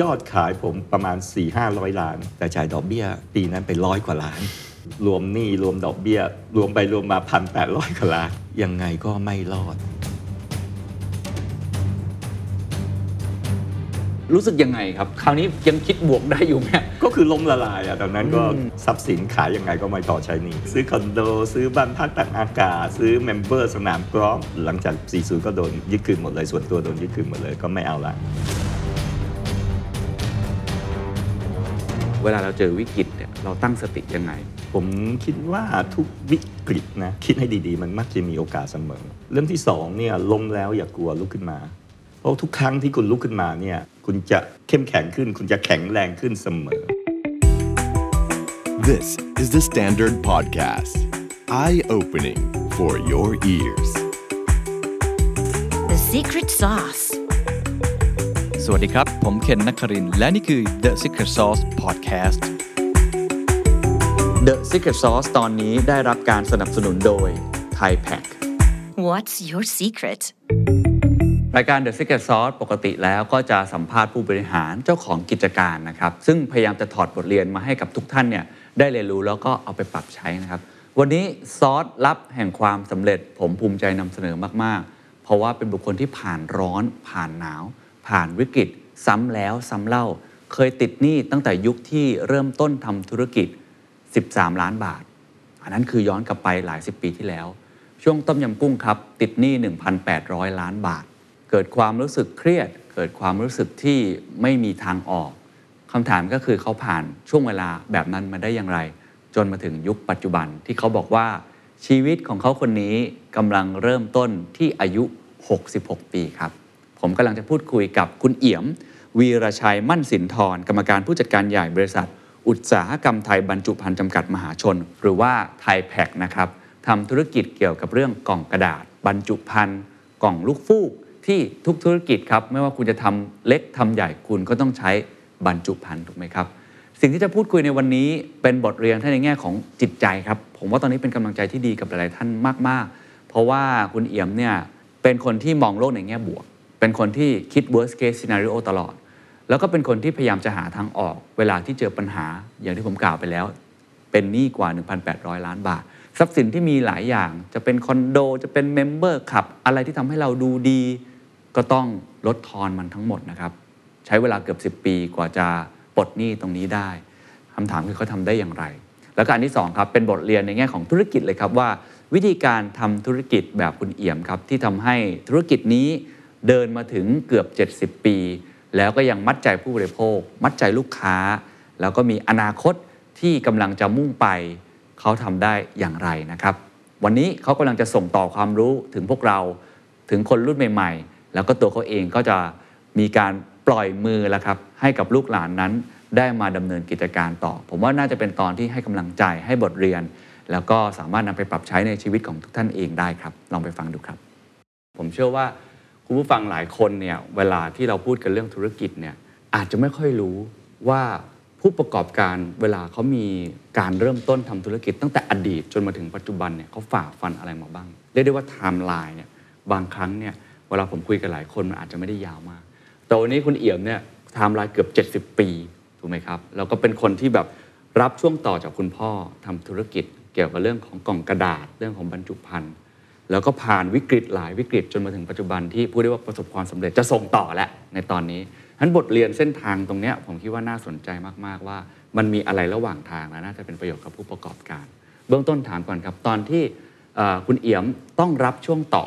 ยอดขายผมประมาณ 4 5 0 0 ล้าน แต่จ่ายดอกเบี้ย ปีนั้นเป็นร้อยกว่าล้าน รวมหนี้รวมดอกเบี้ย รวมไปรวมมา 1,800กว่าล้าน ยังไงก็ไม่รอด รู้สึกยังไงครับ คราวนี้ยังคิดบวกได้อยู่ไหม ก็คือล้มละลายอะตอนนั้นก็ อืม ทรัพย์สินขายยังไงก็ไม่ต่อใช้หนี่ ซื้อคอนโด ซื้อบ้านพักต่างอากาศ ซื้อเมมเบอร์สนามกอล์ฟหลังจาก 40 ก็โดนยึดคืนหมดเลย ส่วนตัวโดนยึดคืนหมดเลยก็ไม่เอาละ เวลาเราเจอวิกฤตเนี่ยเราตั้งสติยังไง ผมคิดว่าทุกวิกฤตนะคิดให้ดีๆ มันมักจะมีโอกาสเสมอ เรื่องที่สองเนี่ยล้มแล้วอย่ากลัวลุกขึ้นมา เพราะทุกครั้งที่คุณลุกขึ้นมาเนี่ยคุณจะเข้มแข็งขึ้น คุณจะแข็งแรงขึ้นเสมอ This is the Standard Podcast. Eye opening for your ears. The secret sauce. สวัสดีครับ ผมเคนนักครินทร์และนี่คือ The Secret Sauce Podcast The Secret Sauce ตอนนี้ได้รับการสนับสนุนโดย Thai Pack What's your secret? รายการ The Secret Sauce ปกติแล้วก็จะสัมภาษณ์ผู้บริหารเจ้าของกิจการนะครับ ซึ่งพยายามจะถอดบทเรียนมาให้กับทุกท่านเนี่ยได้เรียนรู้แล้วก็เอาไปปรับใช้นะครับ วันนี้ซอสลับแห่งความสำเร็จผมภูมิใจนำเสนอมาก ๆ เพราะว่าเป็นบุคคลที่ผ่านร้อน ผ่านหนาว ผ่านวิกฤต ซ้ำแล้วซ้ำเล่า เคยติดหนี้ตั้งแต่ยุคที่เริ่มต้นทำธุรกิจ 13 ล้านบาท อันนั้นคือย้อนกลับไปหลายสิบปีที่แล้ว ช่วงต้มยำกุ้งครับ ติดหนี้ 1,800 ล้านบาท เกิดความรู้สึกเครียด เกิดความรู้สึกที่ไม่มีทางออกคำถามก็คือเขาผ่านช่วงเวลาแบบนั้นมาได้อย่างไร จนมาถึงยุคปัจจุบันที่เขาบอกว่า ชีวิตของเขาคนนี้กำลังเริ่มต้นที่อายุ 66 ปีครับ ผมกำลังจะพูดคุยกับคุณเอี่ยม วีรชัยมั่นสินทรกรรมการผู้จัดการใหญ่บริษัท อุตสาหกรรมไทยบรรจุภัณฑ์จำกัดมหาชน หรือว่าไทยแพคนะครับทำธุรกิจเกี่ยวกับเรื่องกล่องกระดาษ บรรจุภัณฑ์กล่องลูกฟูก ที่ทุกธุรกิจครับ ไม่ว่าคุณจะทำเล็กทำใหญ่คุณก็ต้องใช้บรรจุภัณฑ์ถูกไหมครับ สิ่งที่จะพูดคุยในวันนี้เป็นบทเรียนท่านในแง่ของจิตใจครับ ผมว่าตอนนี้เป็นกำลังใจที่ดีกับหลายๆท่านมาก ๆ เพราะว่าคุณเอี่ยมเนี่ยเป็นคนที่มองโลกในแง่บวก เป็นคนที่คิด worst case scenario ตลอด แล้วก็เป็นคนที่พยายามจะหาทางออก เวลาที่เจอปัญหาอย่างที่ผมกล่าวไปแล้ว เป็นหนี้กว่า 1,800 ล้านบาท ทรัพย์สินที่มีหลายอย่าง จะเป็นคอนโด จะเป็นเมมเบอร์ขับ อะไรที่ทำให้เราดูดี ก็ต้องลดทอนมันทั้งหมดนะครับ ใช้เวลาเกือบ 10 ปีกว่าจะปลดหนี้ตรงนี้ได้คำถามคือเขาทำได้อย่างไร แล้วก็อันที่สองครับเป็นบทเรียนในแง่ของธุรกิจเลยครับว่า วิธีการทำธุรกิจแบบคุณเอี่ยมครับ ที่ทำให้ธุรกิจนี้เดินมาถึงเกือบ 70 ปี แล้วก็ยังมัดใจผู้บริโภค มัดใจลูกค้า แล้วก็มีอนาคตที่กำลังจะมุ่งไป เขาทำได้อย่างไรนะครับ วันนี้เขากำลังจะส่งต่อความรู้ถึงพวกเราถึงคนรุ่นใหม่ ๆ แล้วก็ตัวเขาเองก็จะมีการปล่อยมือแล้วครับ ให้กับลูกหลานนั้นได้มาดำเนินกิจการต่อ ผมว่าน่าจะเป็นตอนที่ให้กำลังใจให้บทเรียน แล้วก็สามารถนำไปปรับใช้ในชีวิตของทุกท่านเองได้ครับ ลองไปฟังดูครับ ผมเชื่อว่าคุณผู้ฟังหลายคนเนี่ยเวลาที่เราพูดกันเรื่องธุรกิจเนี่ยอาจจะไม่ค่อยรู้ว่าผู้ประกอบการเวลาเขามีการเริ่มต้นทำธุรกิจตั้งแต่อดีตจนมาถึงปัจจุบันเนี่ยเขาฝ่าฟันอะไรมาบ้าง เรียกได้ว่าไทม์ไลน์เนี่ยบางครั้งเนี่ยเวลาผมคุยกับหลายคนมันอาจจะไม่ได้ยาวมาก แต่วันนี้คุณเอี่ยมเนี่ยไทม์ไลน์เกือบ 70 ปีถูกไหมครับแล้วก็เป็นคนที่แบบรับช่วงต่อจากคุณพ่อทำธุรกิจ เกี่ยวกับเรื่องของกล่องกระดาษเรื่องของบรรจุภัณฑ์ แล้วก็ผ่านวิกฤตหลายวิกฤตจนมาถึงปัจจุบันที่ผู้ได้ว่าประสบความสำเร็จจะส่งต่อแล้วในตอนนี้ฉะนั้นบทเรียนเส้นทางตรงเนี้ยผมคิดว่าน่าสนใจมาก ๆ ว่า มันมีอะไรระหว่างทางและน่าจะเป็นประโยชน์กับผู้ประกอบการ เบื้องต้นถามก่อนครับ ตอนที่เอ่อคุณเอี่ยมต้องรับช่วงต่อ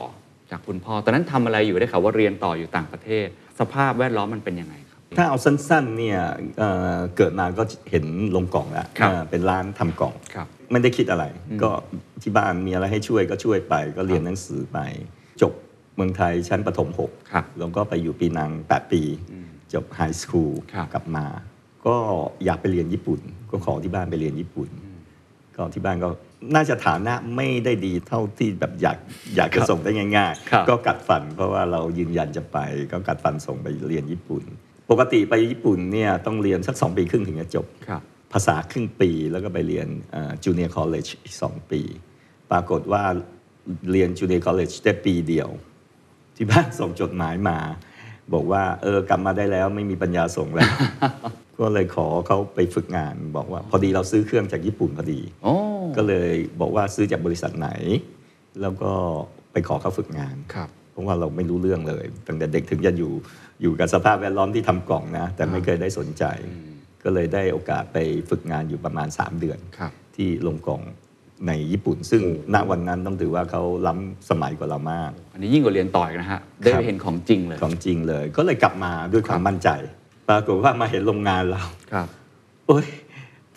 จากคุณพ่อตอนนั้นทำอะไรอยู่ได้ข่าวว่าเรียนต่ออยู่ต่างประเทศ สภาพแวดล้อมมันเป็นยังไงครับ ถ้าเอาสั้นๆเนี่ยเอ่อเกิดมาก็เห็นลงกล่องแล้ว ครับ เอ่อเป็นร้านทำกล่อง ครับ ไม่ได้คิดอะไร อืม ก็ที่บ้านมีอะไรให้ช่วยก็ช่วยไป ก็เรียนหนังสือไป จบเมืองไทยชั้นประถม6 ครับ แล้วก็ไปอยู่ปีนัง 8 ปี อืม จบไฮสคูล ครับ กลับมา ก็อยากไปเรียนญี่ปุ่น ก็ขอที่บ้านไปเรียนญี่ปุ่น อืม ก็ที่บ้านก็น่าจะฐานะไม่ได้ดีเท่าที่แบบอยากอยากจะส่งได้ง่าย ครับ ๆ ก็กัดฟันเพราะว่าเรายืนยันจะไป ก็กัดฟันส่งไปเรียนญี่ปุ่น ปกติไปญี่ปุ่นเนี่ยต้องเรียนสัก 2 ปีครึ่งถึงจะจบ ครับ ภาษาครึ่งปี แล้วก็ไปเรียนจูเนียร์คอลเลจอีก 2 ปี ปรากฏว่าเรียนจูเนียร์คอลเลจได้ปีเดียว ที่บ้านส่งจดหมายมา บอกว่าเออกลับมาได้แล้วไม่มีปัญญาส่ง แล้ว ก็เลยขอเขาไปฝึกงาน บอกว่าพอดีเราซื้อเครื่องจากญี่ปุ่นพอดี โอ้ ก็เลยบอกว่าซื้อจากบริษัทไหน แล้วก็ไปขอเขาฝึกงาน ครับ เพราะว่าเราไม่รู้เรื่องเลยตั้งแต่เด็กถึงจะอยู่อยู่กับสภาพแวดล้อมที่ทำกล่องนะ แต่ไม่เคยได้สนใจ ก็เลยได้โอกาสไปฝึกงานอยู่ประมาณ 3 เดือน ครับ ที่ลงกล่องในญี่ปุ่น ซึ่งณวันนั้นต้องถือว่าเขาล้ำสมัยกว่าเรามาก อันนี้ยิ่งกว่าเรียนต่อยนะฮะได้ ครั ไป บ เห็นของจริงเลย ของจริงเลย ก็เลยกลับมาด้วยความมั่นใจ ปรากฏว่ามาเห็นโรงงานเรา ครับ โอ๊ย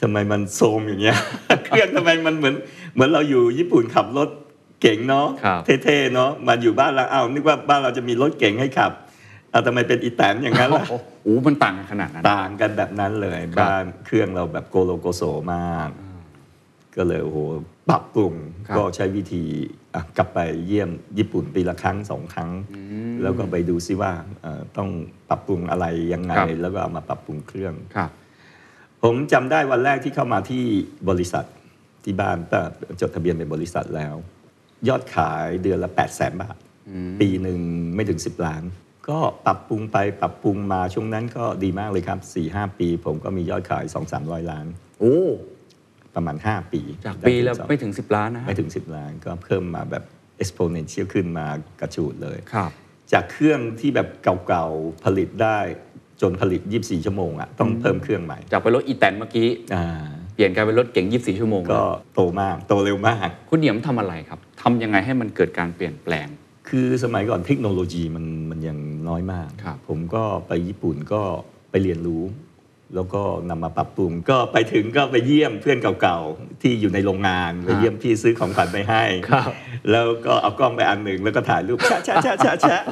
ทำไมมันโทรมอย่างเงี้ย เครื่องทำไมมันเหมือน เหมือนเราอยู่ญี่ปุ่นขับรถเก๋งเนาะ ครับ เท่ๆเนาะมาอยู่บ้านเราอ้าวนึกว่าบ้านเราจะมีรถเก๋งให้ขับเอาทำไมเป็นอีแตนอย่างนั้นล่ะ โอ้โหมันต่างกันขนาดนั้น ต่างกันแบบนั้นเลย ครับ บ้านเครื่องเราแบบโกโลโกโซมาก ก็เลยโอ้โหปรับปรุง ครับ ก็ใช้วิธีอ่ะกลับไปเยี่ยมญี่ปุ่นปีละครั้งสองครั้ง แล้วก็ไปดูซิว่าเอ่อต้องปรับปรุงอะไรยังไงแล้วก็เอามาปรับปรุงเครื่อง ครับ ผมจำได้วันแรกที่เข้ามาที่บริษัทที่บ้านก็จดทะเบียนเป็นบริษัทแล้ว ยอดขายเดือนละ8 0 0 0 0 0 บาท ปีหนึ่งไม่ถึง 10 ล้าน ก็ปรับปรุงไปปรับปรุงมาช่วงนั้นก็ดีมากเลยครับ 4 5 ปี ผมก็มียอดขาย 2 3 0 0 ล้าน โอ้ ประมาณ 5 ปี จากปีละ ด้ ไม่ ถึง ถึง 10 ล้านสนะอง ฮะ ไม่ถึง 10 ล้าน ก็เพิ่มมาแบบ exponential ขึ้นมากระฉูดเลย ครับ จากเครื่องที่แบบเก่าๆผลิตได้จนผลิต 24 ชั่วโมงอะต้องเพิ่มเครื่องใหม่ จากไปรถอีแตนเมื่อกี้ อ่า เปลี่ยนกลายเป็นรถเก๋ง24 ชั่วโมง ก็โตมาก โตเร็วมาก คุณเหนียมทำอะไรครับทำยังไงให้มันเกิดการเปลี่ยนแปลง คือสมัยก่อนเทคโนโลยีมันมันยังน้อยมาก ครับ ผมก็ไปญี่ปุ่นก็ไปเรียนรู้ แล้วก็นำมาปรับปรุง ก็ไปถึงก็ไปเยี่ยมเพื่อนเก่าๆ ที่อยู่ในโรงงาน ไปเยี่ยมพี่ซื้อของขวัญไปให้ ครับ แล้วก็เอากล้องไปอันหนึ่งแล้วก็ถ่ายรูปแชะแชะแชะแชะแชะ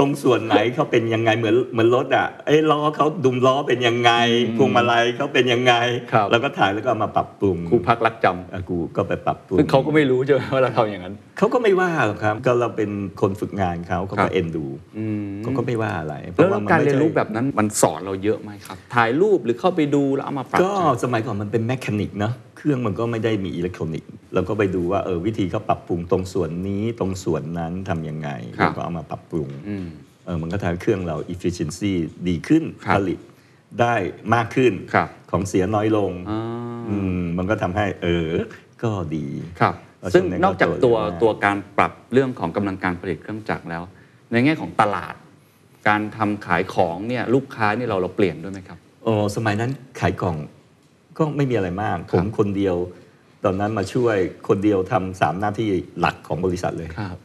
ตรงส่วนไหนเขาเป็นยังไงเหมือนเหมือนรถอ่ะไอ้ยล้อเขาดุมล้อเป็นยังไงพวงมาลัยเขาเป็นยังไง ครับ แล้วก็ถ่ายแล้วก็เอามาปรับปรุง ครูพักรักจ อ่ะกูก็ไปปรับปรุ ำ ง ซึ่งเขาก็ไม่รู้ใช่ไหมว่าเราทำอย่างนั้น เขาก็ไม่ว่าหรอกครับ ก็เราเป็นคนฝึกงานเขาเขา ครั ก็ บ เอ็นดูเขาก็ไม่ว่าอะไรเพ แล้ว ราะว่ามัน การ ไม่ เรียน ใช่ รู้แบบนั้นมันสอนเราเยอะไหมครับ ถ่ายรูปหรือเข้าไปดูแล้วเอามาปรับ ก็สมัยก่อนมันเป็นแมคานิกเนอะเครื่องมันก็ไม่ได้มีอิเล็กทรอนิกส์เราก็ไปดูว่าเออวิธีเขาปรับปรุงตรงส่วนนี้ตรงส่วนนั้นทำยังไงเราก็เอามาปรับปรุง อืม เออมันก็ทำให้เครื่องเรา efficiency ดีขึ้น ครับ ผลิตได้มากขึ้น ครับ ของเสียน้อยลง อ่า อืมมันก็ทำให้เออก็ดี ครับ เอา ซึ่ง ส่วนหนึ่ง นอกจากตัว ก็โจทย์นะ ตัวการปรับเรื่องของกำลังการผลิตเครื่องจักรแล้ว ในแง่ของตลาด การทำขายของเนี่ยลูกค้าเนี่ยเราเราเปลี่ยนด้วยไหมครับ โอ้สมัยนั้นขายกล่องก็ไม่มีอะไรมาก ผมคนเดียว ตอนนั้นมาช่วยคนเดียวทำสามหน้าที่หลักของบริษัทเลย ครับ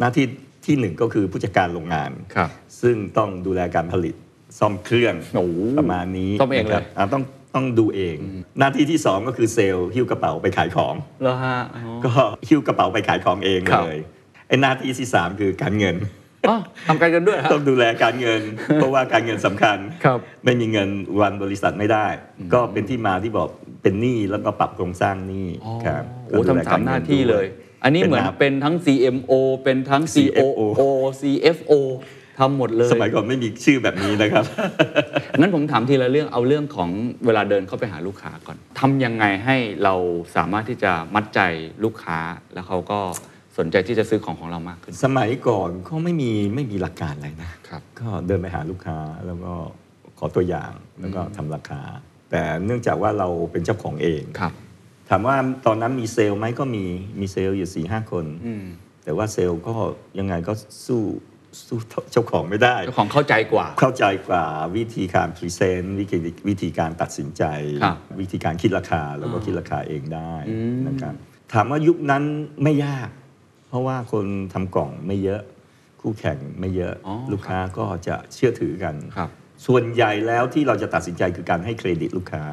หน้าที่ที่หนึ่งก็คือผู้จัดการโรงงาน ครับ ซึ่งต้องดูแลการผลิตซ่อมเครื่อง โอ้โห ประมาณนี้ ซ่อมเองนะเลยครับาต้องต้องดูเอง หน้าที่ที่สองก็คือเซลล์หิ้วกระเป๋าไปขายของ แล้วฮะอ๋อ ก็หิ้วกระเป๋าไปขายของเอง ครับ เลยไอ้หน้าที่ที่สามคือการเงิน อ๋อทำการกันด้วยฮะ ต้องดูแลการเงิน เพราะว่าการเงินสำคัญ ครับ ไม่มีเงินวันบริษัทไม่ได้ ก็เป็นที่มาที่บอกเป็นหนี้แล้วก็ปรับโครงสร้างหนี้ครับ โอ้ ก็ดูแล ทำสามหน้า การงิ ที่เลย ด้ว อันนี้ เป็น เหมือน นับ เป็นทั้ง CMO เป็นทั้ง COO CFO CFO ทำหมดเลย สมัยก่อนไม่มีชื่อแบบนี้นะครับ งั้นผมถามทีละเรื่องเอาเรื่องของเวลาเดินเข้าไปหาลูกค้าก่อนทำยังไงให้เราสามารถที่จะมัดใจลูกค้าแล้วเขาก็สนใจที่จะซื้อของของเรามากขึ้น สมัยก่อนก็ไม่มีไม่มีหลักการอะไรนะ ครับ ก็เดินไปหาลูกค้าแล้วก็ขอตัวอย่างแล้วก็ทำราคา แต่เนื่องจากว่าเราเป็นเจ้าของเอง ครับ ถามว่าตอนนั้นมีเซลล์ไหมก็มีมีเซลล์อยู่4ี่ห้าคน อืม แต่ว่าเซลล์ก็ยังไงก็สู้สู้เจ้าของไม่ได้ เจ้าของเข้าใจกว่า เข้าใจกว่าวิธีการพรีเซนต์วิธีวิธีการตัดสินใจ ครับ วิธีการคิดราคาแล้วก็ อ่า คิดราคาเองได้ อืม นะครับถามว่ายุคนั้นไม่ยาก เพราะว่าคนทำกล่องไม่เยอะ คู่แข่งไม่เยอะ อ๋อ ลูกค้าก็จะเชื่อถือกัน ครับ ส่วนใหญ่แล้วที่เราจะตัดสินใจคือการให้เครดิตลูกค้า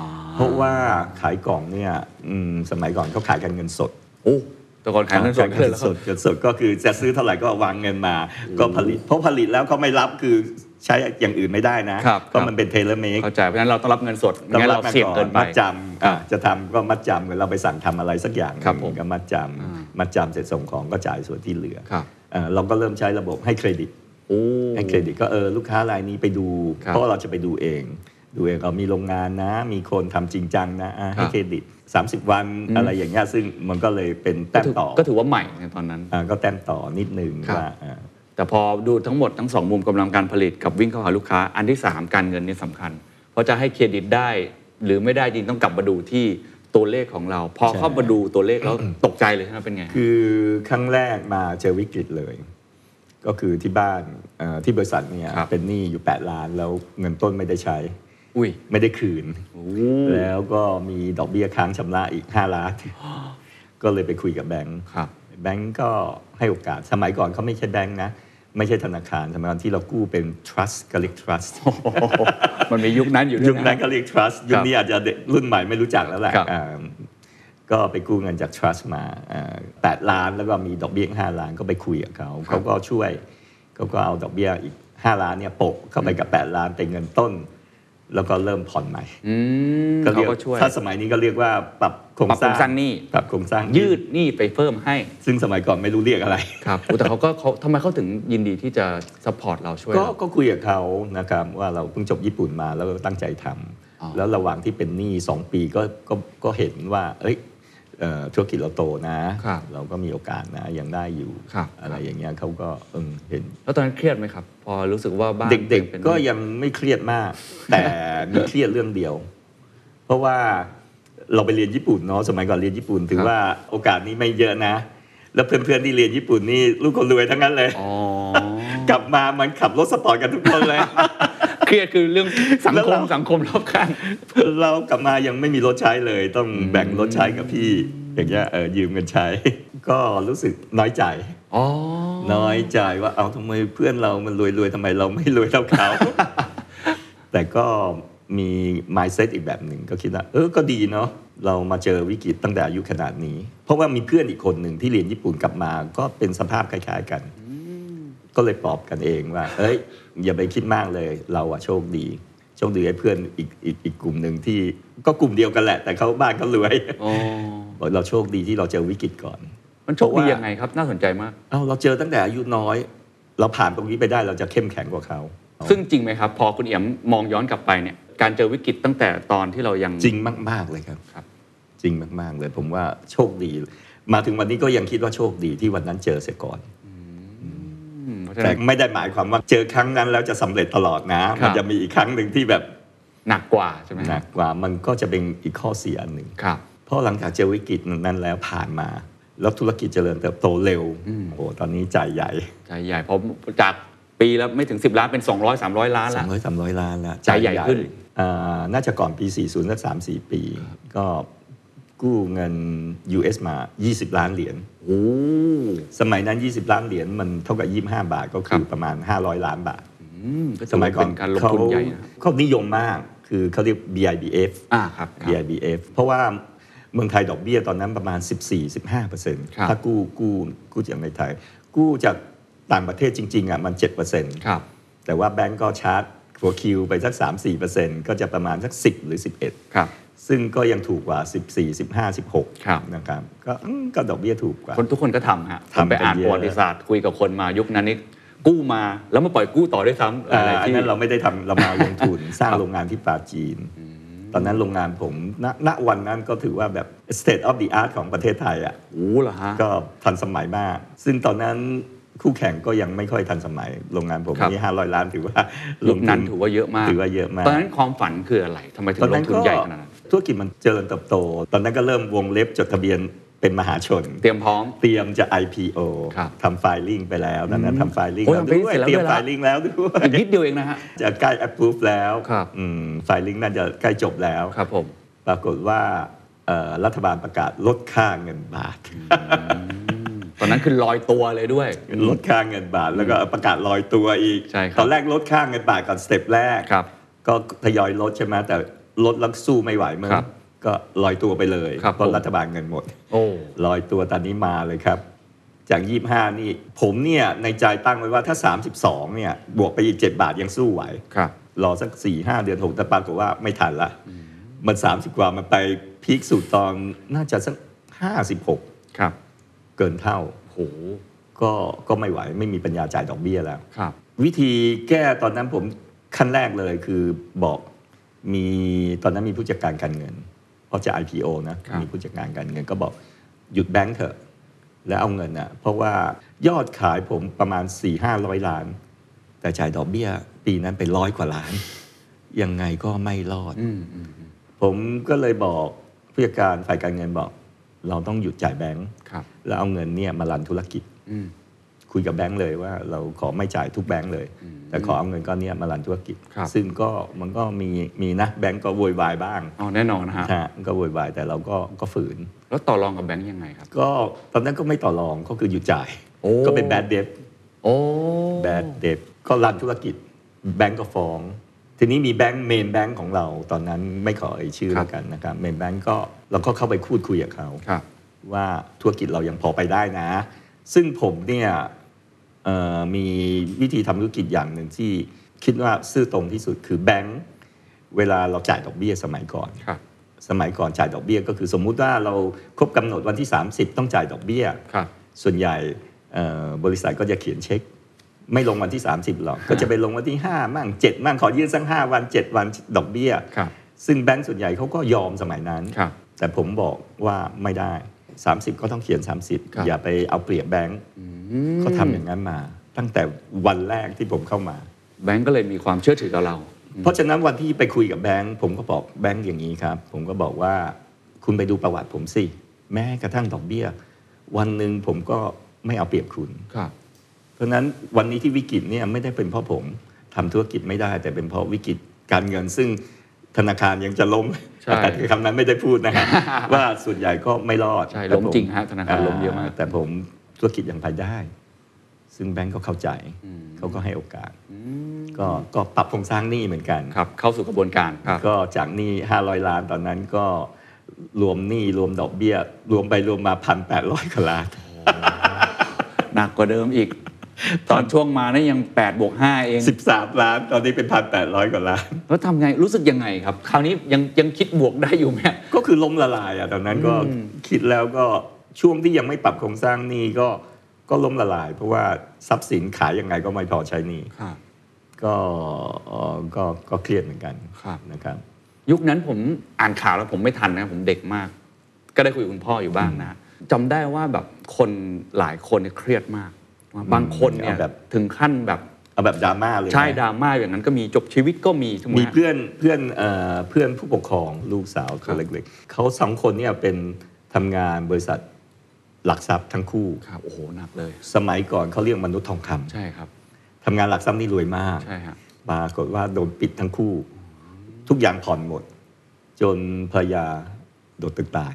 อ่า เพราะว่าขายกล่องเนี่ยอืมสมัยก่อนเขาขายกันเงินสด โอ้แตะกอนขายเงินสด เงิ เลย น แล้ว ส ก็ ดเงินสดก็คือจะซื้อเท่าไหร่ก็วางเงินมา ก็ผลิตเพราะผลิตแล้วเขาไม่รับคือใช้อย่างอื่นไม่ได้นะครับ เพราะ ครับ มันเป็นเทเลเมค เข้าใจเพราะฉะนั้นเราต้องรับเงินสดไม่งั้นเรา ม เสี่ยงเกินไป มัดจำอ่ะจะทำก็มัดจำเหมือนเราไปสั่งทำอะไรสักอย่างหนึ่ง ครับผม ก็มัดจำ อ่า มัดจำเสร็จส่งของก็จ่ายส่วนที่เหลือ ครับ เอ่อเราก็เริ่มใช้ระบบให้เครดิต โอ้ ให้เครดิตก็เออลูกค้ารายนี้ไปดู ครับ เพราะว่าเราจะไปดูเอง ดูเองเรามีโรงงานนะ มีคนทำจริงจังนะอ่ะให้ ครับ เครดิต 30 วันอะไรอย่างเงี้ยซึ่งมันก็เลยเป็นแต้มต่อ ก็ถือว่าใหม่ในตอนนั้น อ่าก็แต้มต่อนิดหนึ่ง ครับ ว่าอ่า แต่พอดูทั้งหมดทั้งสองมุมกำลังการผลิตกับวิ่งเข้าหาลูกค้าอันที่สามการเงินเนี่ยสำคัญ เพราะจะให้เครดิตได้ หรือไม่ได้จริงต้องกลับมาดูที่ตัวเลขของเรา พอเข้ามาดูตัวเลขแล้วตกใจเลยใช่ไหมเป็นไง คือครั้งแรกมาเจอวิกฤตเลย ก็คือที่บ้านเอ่อที่บริษัทเนี่ย ครับ เป็นหนี้อยู่ 8 ล้านแล้วเงินต้นไม่ได้ใช้ อุ้ย ไม่ได้คืน โอ้ แล้วก็มีดอกเบี้ยค้างชำระอีก 5 ล้าน ก็เลยไปคุยกับแบงค์ ครับ แบงค์ก็ให้โอกาสสมัยก่อนเขาไม่ใช่แบงค์นะ ไม่ใช่ธนาคารสมัยก่อนที่เรากู้เป็น trust ก็เรียก trust มันมียุคนั้นอยู่ด้ว ยุ ย ค นะ นั้นก็เรียก trust ยุคนี้อาจจะเด็กรุ่นใหม่ไม่รู้จักแล้วแหละ ครับ อ่าก็ไปกู้เงินจาก trust มาอ่าแปดล้านแล้วก็มีดอกเบี้ยห้าล้านก็ไปคุยกับเขาเขาก็ช่วยเขาก็เอาดอกเบี้ยอีกห้าล้านเนี่ยโปะเข้าไปกับแปดล้านเป็นเงินต้น แล้วก็เริ่มผ่อนใหม่ อืม ก็ เขา เรียก ก็ช่วย ถ้าสมัยนี้ก็เรียกว่าปรับโครงส ปรับ ร้า โครง งสร้างหนี้ ปรับโครงสร้างหนี้ ยืดหนี้ไปเพิ่มให้ ซึ่งสมัยก่อนไม่รู้เรียกอะไร ครับอุ๊ยแต่เขาก็เขาทำไมเขาถึงยินดีที่จะซัพพอร์ตเราช่วย ก็ เรา ก็คุยกับเขานะครับว่าเราเพิ่งจบญี่ปุ่นมาแล้วก็ตั้งใจทำ อ๋อ แล้วระหว่างที่เป็นหนี้ 2 ปีก็ก็ก็เห็นว่า เอ้ยเอ่อธุรกิจเราโตนะ ครับ เราก็มีโอกาสนะยังได้อยู่ ครับ อะไรอย่างเงี้ยเขาก็เออเห็น แล้วตอนนั้นเครียดไหมครับ พอรู้สึกว่าบ้าน เด็ก เป็น ๆก็ยังไม่เครียดมาก แต่มีเครียดเรื่องเดียว เพราะว่าเราไปเรียนญี่ปุ่นเนาะสมัยก่อนเรียนญี่ปุ่นถือว่าโอกาสนี้ไม่เยอะนะ แล้วเพื่อนๆที่เรียนญี่ปุ่นนี่ลูกคนรวยทั้งนั้นเลย อ๋อ กลับมามันขับรถสปอร์ตกันทุกคนเลย เครียดคือเรื่องสัง แล้ว คม เรา สังคมรอบข้าง เรากลับมายังไม่มีรถใช้เลย ต้องแบ่งรถใช้กับพี่ อย่างเงี้ยเออยืมเงินใช้ ก็รู้สึกน้อยใจ อ๋อ น้อยใจว่าเอาทำไมเพื่อนเรามันรวยๆทำไมเราไม่รวยเท่าเขา แต่ก็มี mindset อีกแบบหนึ่งก็คิดว่าเออก็ดีเนาะเรามาเจอวิกฤตตั้งแต่อายุขนาดนี้ เพราะว่ามีเพื่อนอีกคนหนึ่งที่เรียนญี่ปุ่นกลับมา ก็เป็นสภาพคล้ายๆกัน ก็เลยปลอบกันเองว่า เอ้ย อย่าไปคิดมากเลย เราอะโชคดี โชคดีไอ้เพื่อนอีกอีกอีกกลุ่มหนึ่งที่ก็กลุ่มเดียวกันแหละ แต่เขาบ้านเขารวย อ๋อ บอกเราโชคดีที่เราเจอวิกฤตก่อน มันโชค เพราะ ดี ว่า ยังไงครับ น่าสนใจมาก เอาเราเจอตั้งแต่อายุน้อย เราผ่านตรงนี้ไปได้เราจะเข้มแข็งกว่าเขา ซึ่งจริงไหมครับ พอคุณเอี่ยมมองย้อนกลับไปเนี่ย การเจอวิกฤตตั้งแต่ตอนที่เรายัง จริงมาก ๆ เลยครับ ครับ จริงมาก ๆ เลย ผมว่าโชคดี มาถึงวันนี้ก็ยังคิดว่าโชคดีที่วันนั้นเจอเสียก่อน อืมเพราะฉะ แต่ นั้น ไม่ได้หมายความว่าเจอครั้งนั้นแล้วจะสำเร็จตลอดนะ ครับ มันจะมีอีกครั้งหนึ่งที่แบบ หนักกว่าใช่ไหม หนักกว่ามันก็จะเป็นอีกข้อเสียอันหนึ่ง ครับ เพราะหลังจากเจอวิกฤตนั้นแล้วผ่านมา แล้วธุรกิจเจริญเติบโตเร็ว อืม โอ้โหตอนนี้ใจใหญ่ ใจใหญ่เพราะจากปีละไม่ถึง 10 ล้านเป็น 200 300 ล้าน สา ละ มร้อยสามร้อยล้านแล้ว ใจใหญ่ขึ้น อ่าน่าจะก่อนปี 40สักสามสี่ปี ก็กู้เงิน US มา 20 ล้านเหรียญ โอ้ สมัยนั้น 20 ล้านเหรียญมันเท่ากับ 25 บาทก็คือ ครับ ประมาณ 500 ล้านบาท อืมก็ ส ส มั มั ย ย ก่ ก่ อ อน นการลง เขา ทุนใหญ่นะ เขานิยมมากคือเขาเรียก BIBF อ่าครับครับ BIBF เพราะว่าเมืองไทยดอกเบี้ยตอนนั้นประมาณ ครับ 14-15%ถ้ากู้กู้กู้จากในไทย กู้จากต่างประเทศจริงๆอ่ะมัน 7% ครับ แต่ว่าแบงก์ก็ชาร์จหัวคิวไปสัก 3-4%ก็จะประมาณสัก 10 หรือ 11 ครับ ซึ่งก็ยังถูกกว่า 14 15 ครับ 16นะครับก็อืมก็ดอกเบี้ยถูกกว่า คนทุกคนก็ทำฮะผม ทำ ไป กัน อ่าน เย ป อะ ระวัติศาสตร์คุยกับคนมายุคนั้นนี่กู้มาแล้วมาปล่อยกู้ต่อด้วยซ้ำ อา อะไร อัน ที่ นั้นเราไม่ได้ทำเรามาลง ทุน สร้างโรงงานที่ปราจีน ตอนนั้นโรงงานผมณณวันนั้นก็ถือว่าแบบ state of the art ของประเทศไทยอ่ะ โอ้เหรอฮะ ก็ทันสมัยมาก ซึ่งตอนนั้นคู่แข่งก็ยังไม่ค่อยทันสมัย โรงงานผม ครับ นี่500 ล้านถือว่าล ยุ ง ค ทุ นั้นถือว่าเยอะมาก ถือว่าเยอะมาก ตอนนั้นความฝันคืออะไรทำไมถึงลงทุนใหญ่ขนาดนั้น ธุรกิจมันเจริญเติบโต ตอนนั้นก็เริ่มวงเล็บจดทะเบียนเป็นมหาชน เตรียมพร้อม เตรียมจะ IPO ครับ ทำไฟลิ่งไปแล้วตอนนั้นทำไฟลิ่ง โอ้ย แล้วด้วยทำ filing เสร็จแล้ว เตรียม ด้วย ไฟ ละ ลิ่งแล้วด้วย อีกนิดเดียวเองนะฮะ จะใกล้ approve แล้ว ครับ อืมไฟลิงก์น่าจะใกล้จบแล้ว ครับผม ปรากฏว่าเอ่อรัฐบาลประกาศลดค่าเงินบาท ตอนนั้นคือลอยตัวเลยด้วย ลดค่าเงินบาทแล้วก็ประกาศลอยตัวอีก ใช่ครับ ตอนแรกลดค่าเงินบาทก่อนสเต็ปแรก ครับ ก็ทยอยลดใช่ไหมแต่ลดแล้วสู้ไม่ไหวมั้ง ครับ ก็ลอยตัวไปเลย ครับ เพราะ ผม รัฐบาลเงินหมด โอ้ ลอยตัวตอนนี้มาเลยครับ จาก 25 นี่ ผมเนี่ยในใจตั้งไว้ว่าถ้า 32 เนี่ยบวกไปอีก 7 บาทยังสู้ไหว ครับ รอสักสี่ห้าเดือนหกแต่ปรากฏว่าไม่ทันละ มันสามสิบกว่ามันไปพีคสุดตอนน่าจะสักห้าสิบหก ครับ เกินเท่า โห ก็ก็ไม่ไหวไม่มีปัญญาจ่ายดอกเบี้ยแล้ว ครับ วิธีแก้ตอนนั้นผมขั้นแรกเลยคือบอกมีตอนนั้นมีผู้จัดการการเงิน เพราะจะ IPO นะ มีผู้จัดการการเงินก็บอกหยุดแบงก์เถอะ และเอาเงินอ่ะเพราะว่ายอดขายผมประมาณ 4 5 0 0 ล้าน แต่จ่ายดอกเบี้ยปีนั้นไปร้อยกว่าล้าน ยังไงก็ไม่รอด อืมอืมอืม ผมก็เลยบอกผู้จัดการฝ่ายการเงินบอก เราต้องหยุดจ่ายแบงค์ ครับ แล้วเอาเงินเนี่ยมารันธุรกิจ อืม คุยกับแบงค์เลยว่าเราขอไม่จ่ายทุกแบงค์เลย อืม แต่ขอเอาเงินก้อนเนี้ยมารันธุรกิจ ครับ ซึ่งก็มันก็มีมีนะแบงก์ก็โวยวายบ้าง อ๋อแน่นอนนะฮะ ฮะก็โวยวายแต่เราก็ก็ฝืน แล้วต่อรองกับแบงค์ยังไงครับ ก็ตอนนั้นก็ไม่ต่อรองก็คือหยุดจ่าย โอ้ ก็เป็นแบดเดบ โอ้ แบดเดบก็รันธุรกิจแบงก์ก็ฟ้อง ทีนี้มีแบงก์เมนแบงก์ของเรา ตอนนั้นไม่ขอเอ่ยชื่อแล้วกันนะครับเมนแบงก์ก็เราก็เข้าไปพูดคุยกับเขา ครับ ว่าธุรกิจเรายังพอไปได้นะ ซึ่งผมเนี่ยเอ่อมีวิธีทำธุรกิจอย่างหนึ่งที่คิดว่าซื่อตรงที่สุดคือแบงก์เวลาเราจ่ายดอกเบี้ยสมัยก่อน ครับ สมัยก่อนจ่ายดอกเบี้ยก็คือสมมุติว่าเราครบกำหนดวันที่ 30 ต้องจ่ายดอกเบี้ย ครับ ส่วนใหญ่เอ่อบริษัทก็จะเขียนเช็ค ไม่ลงวันที่ 30หรอกก็จะไปลงวันที่ 5 มั่ง 7 มั่งขอยื่นสัก5วัน 7 วันดอกเบี้ย ครับ ซึ่งแบงก์ส่วนใหญ่เขาก็ยอมสมัยนั้น ครับ แต่ผมบอกว่าไม่ได้ 30 ก็ต้องเขียน 30 ครับ อย่าไปเอาเปรียบแบงก์ อืม เขาทำอย่างนั้นมา ตั้งแต่วันแรกที่ผมเข้ามา แบงค์ก็เลยมีความเชื่อถือกับเราอืม เพราะฉะนั้นวันที่ไปคุยกับแบงก์ผมก็บอกแบงก์อย่างนี้ครับ ผมก็บอกว่าคุณไปดูประวัติผมสิ แม้กระทั่งดอกเบี้ย วันหนึ่งผมก็ไม่เอาเปรียบคุณ ครับ เพราะฉะนั้นวันนี้ที่วิกฤตเนี่ยไม่ได้เป็นเพราะผมทำธุรกิจไม่ได้ แต่เป็นเพราะวิกฤตการเงิน ซึ่งธนาคารยังจะล้ม ใช่ แต่คำนั้นไม่ได้พูด นะฮะ ว่าส่วนใหญ่ก็ไม่รอด ใช่ แต่ ล้ม ผ จริงฮะธนาคารล้มเยอะมาก แต่ผมธุรกิจยังไปได้ ซึ่งแบงก์ก็เข้าใจ อืม เขาก็ให้โอกาส อืม ก็ก็ปรับโครงสร้างหนี้เหมือนกัน ครับเข้าสู่กระบวนการครับ ก็จากหนี้500 ล้านตอนนั้นก็รวมหนี้รวมดอกเบี้ย รวมไปรวมมาพันแปดร้อยกว่าล้าน หนักกว่าเดิมอีก ตอนช่วงมานี่ยัง8บวก5เอง 13 ล้าน ตอนนี้เป็นพันแปดร้อยกว่าล้าน แล้วทำไงรู้สึกยังไงครับ คราวนี้ยังยังคิดบวกได้อยู่ไหม ก็คือล้มละลายอ่ะตอนนั้นก็ อืม คิดแล้วก็ช่วงที่ยังไม่ปรับโครงสร้างหนี้ก็ก็ล้มละลาย เพราะว่าทรัพย์สินขายยังไงก็ไม่พอใช้หนี้ ครับ ก็เอ่อก็ก็เครียดเหมือนกัน ครับ นะครับ ยุคนั้นผมอ่านข่าวแล้วผมไม่ทันนะผมเด็กมาก ก็ได้คุยกับคุณพ่ออยู่บ้างนะจำได้ว่าแบบคนหลายคนเนี่ยเครียดมาก บางคนเนี่ย เอาแบบ ถึงขั้นแบบ เอาแบบดราม่าเลยนะ ใช่ดราม่าอย่างนั้นก็มีจบชีวิตก็มีถูกไหม มี ฮะ เพื่อนเพื่อนเอ่อเพื่อนผู้ปกครองลูกสาว ค ค รั น บ เล็กๆเขาสองคนเนี่ยเป็นทำงานบริษัทหลักทรัพย์ทั้งคู่ ครับโอ้โหหนักเลย สมัยก่อนเขาเรียกมนุษย์ทองคำ ใช่ครับ ทำงานหลักทรัพย์นี่รวยมาก ใช่ฮะ ปรากฏว่าโดนปิดทั้งคู่ ทุกอย่างผ่อนหมด จนภรรยาโดดตึกตาย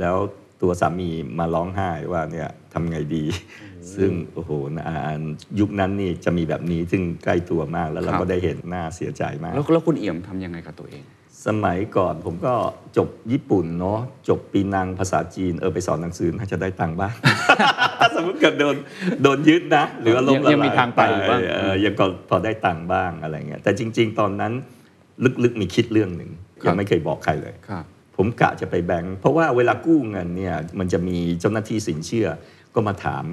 แล้วตัวสามีมาร้องไห้ว่าเนี่ยทำไงดี ซึ่งโอ้โหนะอ่านยุคนั้นนี่จะมีแบบนี้ซึ่งใกล้ตัวมากแล้วเราก็ได้เห็นหน้าเสียใจมาก แล้วแล้วคุณเอี่ยมทำยังไงกับตัวเอง สมัยก่อนผมก็จบญี่ปุ่นเนาะจบปีนังภาษาจีนเออไปสอนหนังสือน่าจะได้ตังค์บ้าง ถ้าสมมติเกิดโดนโดนยึดนะ หรือว่าล้มละลาย ยังมีทางไปอยู่บ้าง เออยังก็พอได้ตังค์บ้างอะไรเงี้ยแต่จริง ๆ ตอนนั้นลึกๆมีคิดเรื่องหนึ่งยังไม่เคยบอกใครเลย ครับ ผมกะจะไปแบงก์เพราะว่าเวลากู้เงินเนี่ยมันจะมีเจ้าหน้าที่สินเชื่อ ก็มาถาม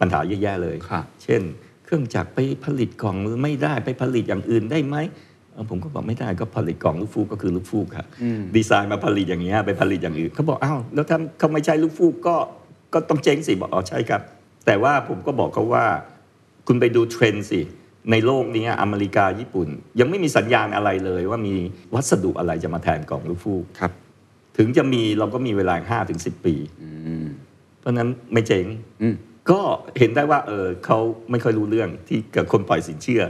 ปัญหาเยอะแยะเลย ครับ เช่น เครื่องจักรไปผลิตกล่องไม่ได้ไปผลิตอย่างอื่นได้ไหมเอ่อผมก็บอกไม่ได้ก็ผลิตกล่องลูกฟูกก็คือลูกฟูกครับ อืม ดีไซน์มาผลิตอย่างเงี้ยไปผลิตอย่างอื่นเขาบอกอ้าวแล้วถ้าเขาไม่ใช่ลูกฟูกก็ก็ต้องเจ๊งสิบอกอ๋อใช่ครับ แต่ว่าผมก็บอกเขาว่า คุณไปดูเทรนด์สิ ในโลกนี้อเมริกาญี่ปุ่น ยังไม่มีสัญญาณอะไรเลยว่ามีวัสดุอะไรจะมาแทนกล่องลูกฟูก ครับ ถึงจะมีเราก็มีเวลา5ถึง10 ปี อืม เพราะฉะนั้นไม่เจ๋ง อืม ก็เห็นได้ว่าเออเขาไม่ค่อยรู้เรื่องที่กับคนปล่อยสินเชื่อ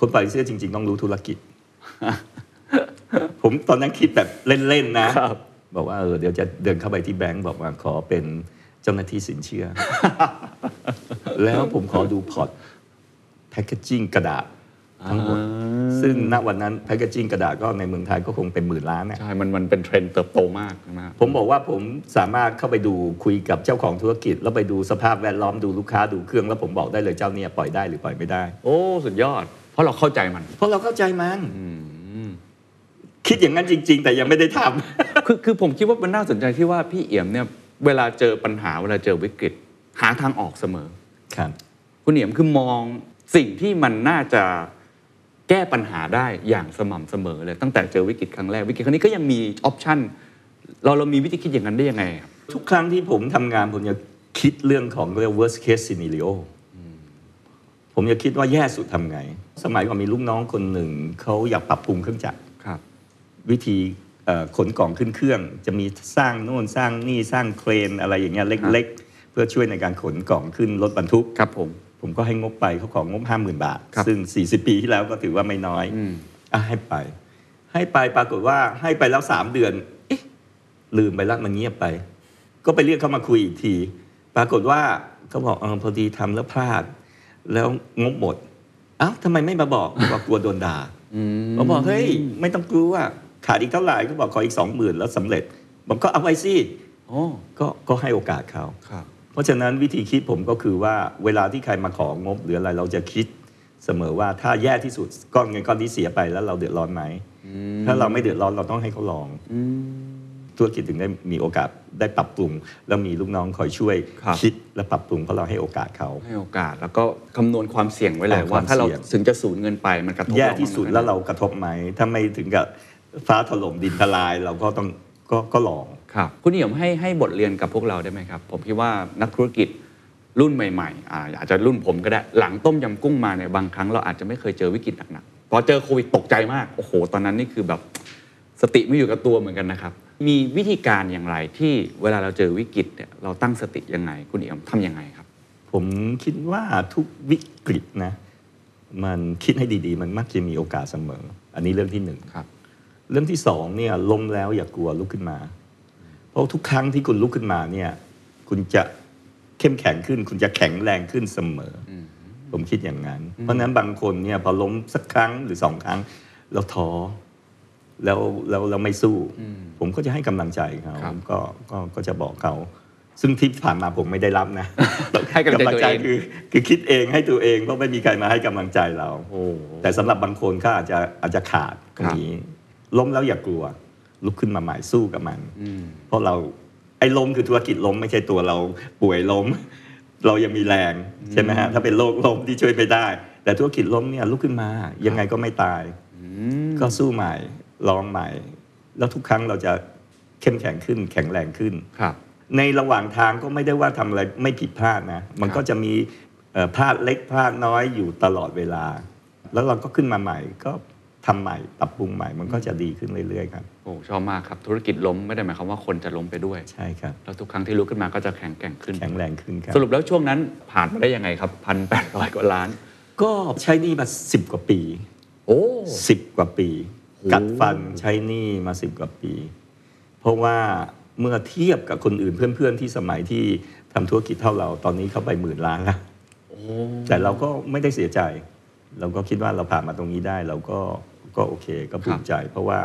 คนปล่อยสินเชื่อจริง ๆ ต้องรู้ธุรกิจ ผมตอนนั้นคิดแบบเล่น ๆ นะ ครับ บอกว่าเออเดี๋ยวจะเดินเข้าไปที่แบงก์บอกว่าขอเป็นเจ้าหน้าที่สินเชื่อ แล้วผมขอดูพอร์ตแพคเกจิ้งกระดาษทั้งหมด ซึ่งณวันนั้นแพคเกจิ้งกระดาษก็ในเมืองไทยก็คงเป็นหมื่นล้านเนี่ย ใช่มันมันเป็นเทรนด์เติบโตมากนะฮะ ผมบอกว่าผมสามารถเข้าไปดูคุยกับเจ้าของธุรกิจ แล้วไปดูสภาพแวดล้อมดูลูกค้าดูเครื่อง แล้วผมบอกได้เลยเจ้าเนี่ยปล่อยได้หรือปล่อยไม่ได้ โอ้ สุดยอด เพราะเราเข้าใจมัน เพราะเราเข้าใจมัน คิดอย่างนั้นจริง ๆ แต่ยังไม่ได้ทำ คือคือผมคิดว่ามันน่าสนใจที่ว่าพี่เอี่ยมเนี่ยเวลาเจอปัญหาเวลาเจอวิกฤต หาทางออกเสมอ ครับ คุณเอี่ยมคือมองสิ่งที่มันน่าจะแก้ปัญหาได้อย่างสม่ำเสมอเลยตั้งแต่เจอวิกฤตครั้งแรกวิกฤตครั้งนี้ก็ยังมีออปชันเราเรามีวิธีคิดอย่างนั้นได้ยังไงครับ ทุกครั้งที่ผมทำงานผมจะคิดเรื่องของเรียก worst case scenario ผมจะคิดว่าแย่สุดทำไง สมัยก่อนมีลูกน้องคนหนึ่ง เขาอยากปรับปรุงเครื่องจักร ครับ วิธีเอ่อขนกล่องขึ้นเครื่อง จะมีสร้างโน่นสร้างนี่สร้างเครนอะไรอย่างเงี้ยเล็ก ๆ เพื่อช่วยในการขนกล่องขึ้นรถบรรทุก ครับผม ผมก็ให้งบไปเขาของงบห้าหมื่นบาท ครับ ซึ่ง 40 ปีที่แล้วก็ถือว่าไม่น้อย อืม อ่ะให้ไป ให้ไปปรากฏว่าให้ไปแล้วสามเดือน เอ๊ะ ลืมไปละมันเงียบไป ก็ไปเรียกเขามาคุยอีกที ปรากฏว่าเขาบอกเออพอดีทำแล้วพลาด แล้วงบหมดเอ้าวทำไมไม่มาบอก บอกกลัวโดนด่า อืม ผมบอกเฮ้ยไม่ต้องกลัวขาดอีกเท่าไหร่ก็บอกขออีกสองหมื่นแล้วสำเร็จ ผมก็เอาไว้สิ โอ้ ก็ก็ให้โอกาสเขา ครับ เพราะฉะนั้นวิธีคิดผมก็คือว่าเวลาที่ใครมาของบหรืออะไรเราจะคิดเสมอว่าถ้าแย่ที่สุดก้อนเงินก้อนที่เสียไปแล้วเราเดือดร้อนไหม ถ้าเราไม่เดือดร้อนเราต้องให้เขาลองธุรกิจถึงได้มีโอกาสได้ปรับปรุง แล้วมีลูกน้องคอยช่วย ครับ คิดและปรับปรุงเพราะเราให้โอกาสเขา ให้โอกาสแล้วก็คำนวณความเสี่ยงไว้เลย อ่า ว่าถ้าเรา ความเสี่ยง ถึงจะสูญเงินไปมันกระทบ แย่ เร ที่สุด มกน้อย แล้วเรากระทบไหมถ้าไม่ถึงกับฟ้าถล่มดินทลายเราก็ต้องก็ก็ลอง ครับ คุณนิยมให้ให้บทเรียนกับพวกเราได้ไหมครับ ผมคิดว่านักธุรกิจรุ่นใหม่ๆอาอาจจะรุ่นผมก็ได้หลังต้มยำกุ้งมาเนี่ยบางครั้งเราอาจจะไม่เคยเจอวิกฤตหนักๆพอเจอโควิดตกใจมากโอ้โห ตอนนั้นนี่คือแบบสติไม่อยู่กับตัวเหมือนกันนะครับ มีวิธีการอย่างไรที่เวลาเราเจอวิกฤตเนี่ยเราตั้งสติยังไง คุณนิยมทำยังไงครับ ผมคิดว่าทุกวิกฤตนะ มันคิดให้ดีๆ มันมักจะมีโอกาสเสมอ อันนี้เรื่องที่หนึ่ง ครับ เรื่องที่สองเนี่ยล้มแล้วอย่ากลัวลุกขึ้นมา เพราะทุกครั้งที่คุณลุกขึ้นมาเนี่ย คุณจะเข้มแข็งขึ้น คุณจะแข็งแรงขึ้นเสมออผมคิดอย่างนั้น เพราะฉะนั้นบางคนเนี่ยพอล้มสักครั้งหรือสองครั้ง แล้วท้อแล้วแล้วเราไม่สู้ ผมก็จะให้กำลังใจเขา ครับ ก็ก็ก็จะบอกเขา ซึ่งที่ผ่านมาผมไม่ได้รับนะ ให้กำลังใจตัวเอง คือคือคิดเองให้ตัวเองเพราะไม่มีใครมาให้กำลังใจเรา แต่สำหรับบางคนก็อาจจะอาจจะขาดตรงนี้ล้มแล้วอย่ากลัว ลุกขึ้นมาใหม่สู้กับมัน อืม เพราะเราไอ้ล้มคือธุรกิจล้มไม่ใช่ตัวเราป่วยล้ม เรายังมีแรงใช่ไหมฮะถ้าเป็นโรคล้มที่ช่วยไม่ได้ แต่ธุรกิจล้มเนี่ยลุกขึ้นมา ยังไงก็ไม่ตาย ก็สู้ใหม่ลองใหม่ แล้วทุกครั้งเราจะเข้มแข็งขึ้นแข็งแรงขึ้น ครับ ในระหว่างทางก็ไม่ได้ว่าทำอะไรไม่ผิดพลาดนะ มันก็จะมีเอ่อพลาดเล็กพลาดน้อยอยู่ตลอดเวลา แล้วเราก็ขึ้นมาใหม่ก็ทำใหม่ปรับปรุงใหม่ มันก็จะดีขึ้นเรื่อยๆครับ โอ้ชอบมากครับ ธุรกิจล้มไม่ได้หมายความว่าคนจะล้มไปด้วย ใช่ครับ แล้วทุกครั้งที่ลุกขึ้นมาก็จะแข็งแกร่งขึ้น แข็งแรงขึ้นครับ สรุปแล้วช่วงนั้นผ่านมาได้ยังไงครับพันแปดร้อยกว่าล้าน ก็ใช้หนี่มาสิบกว่าปี โอ้ สิบกว่าปี กัดฟันใช้หนี่มาสิบกว่าปี เพราะว่าเมื่อเทียบกับคนอื่นเพื่อนๆที่สมัยที่ทำธุรกิจเท่าเราตอนนี้เขาไปหมื่นล้านแล้ว แต่เราก็ไม่ได้เสียใจ เราก็คิดว่าเราผ่านมาตรงนี้ได้ เราก็ก็โอเคก็ภู ครั มิ บ ใจ เพราะว่า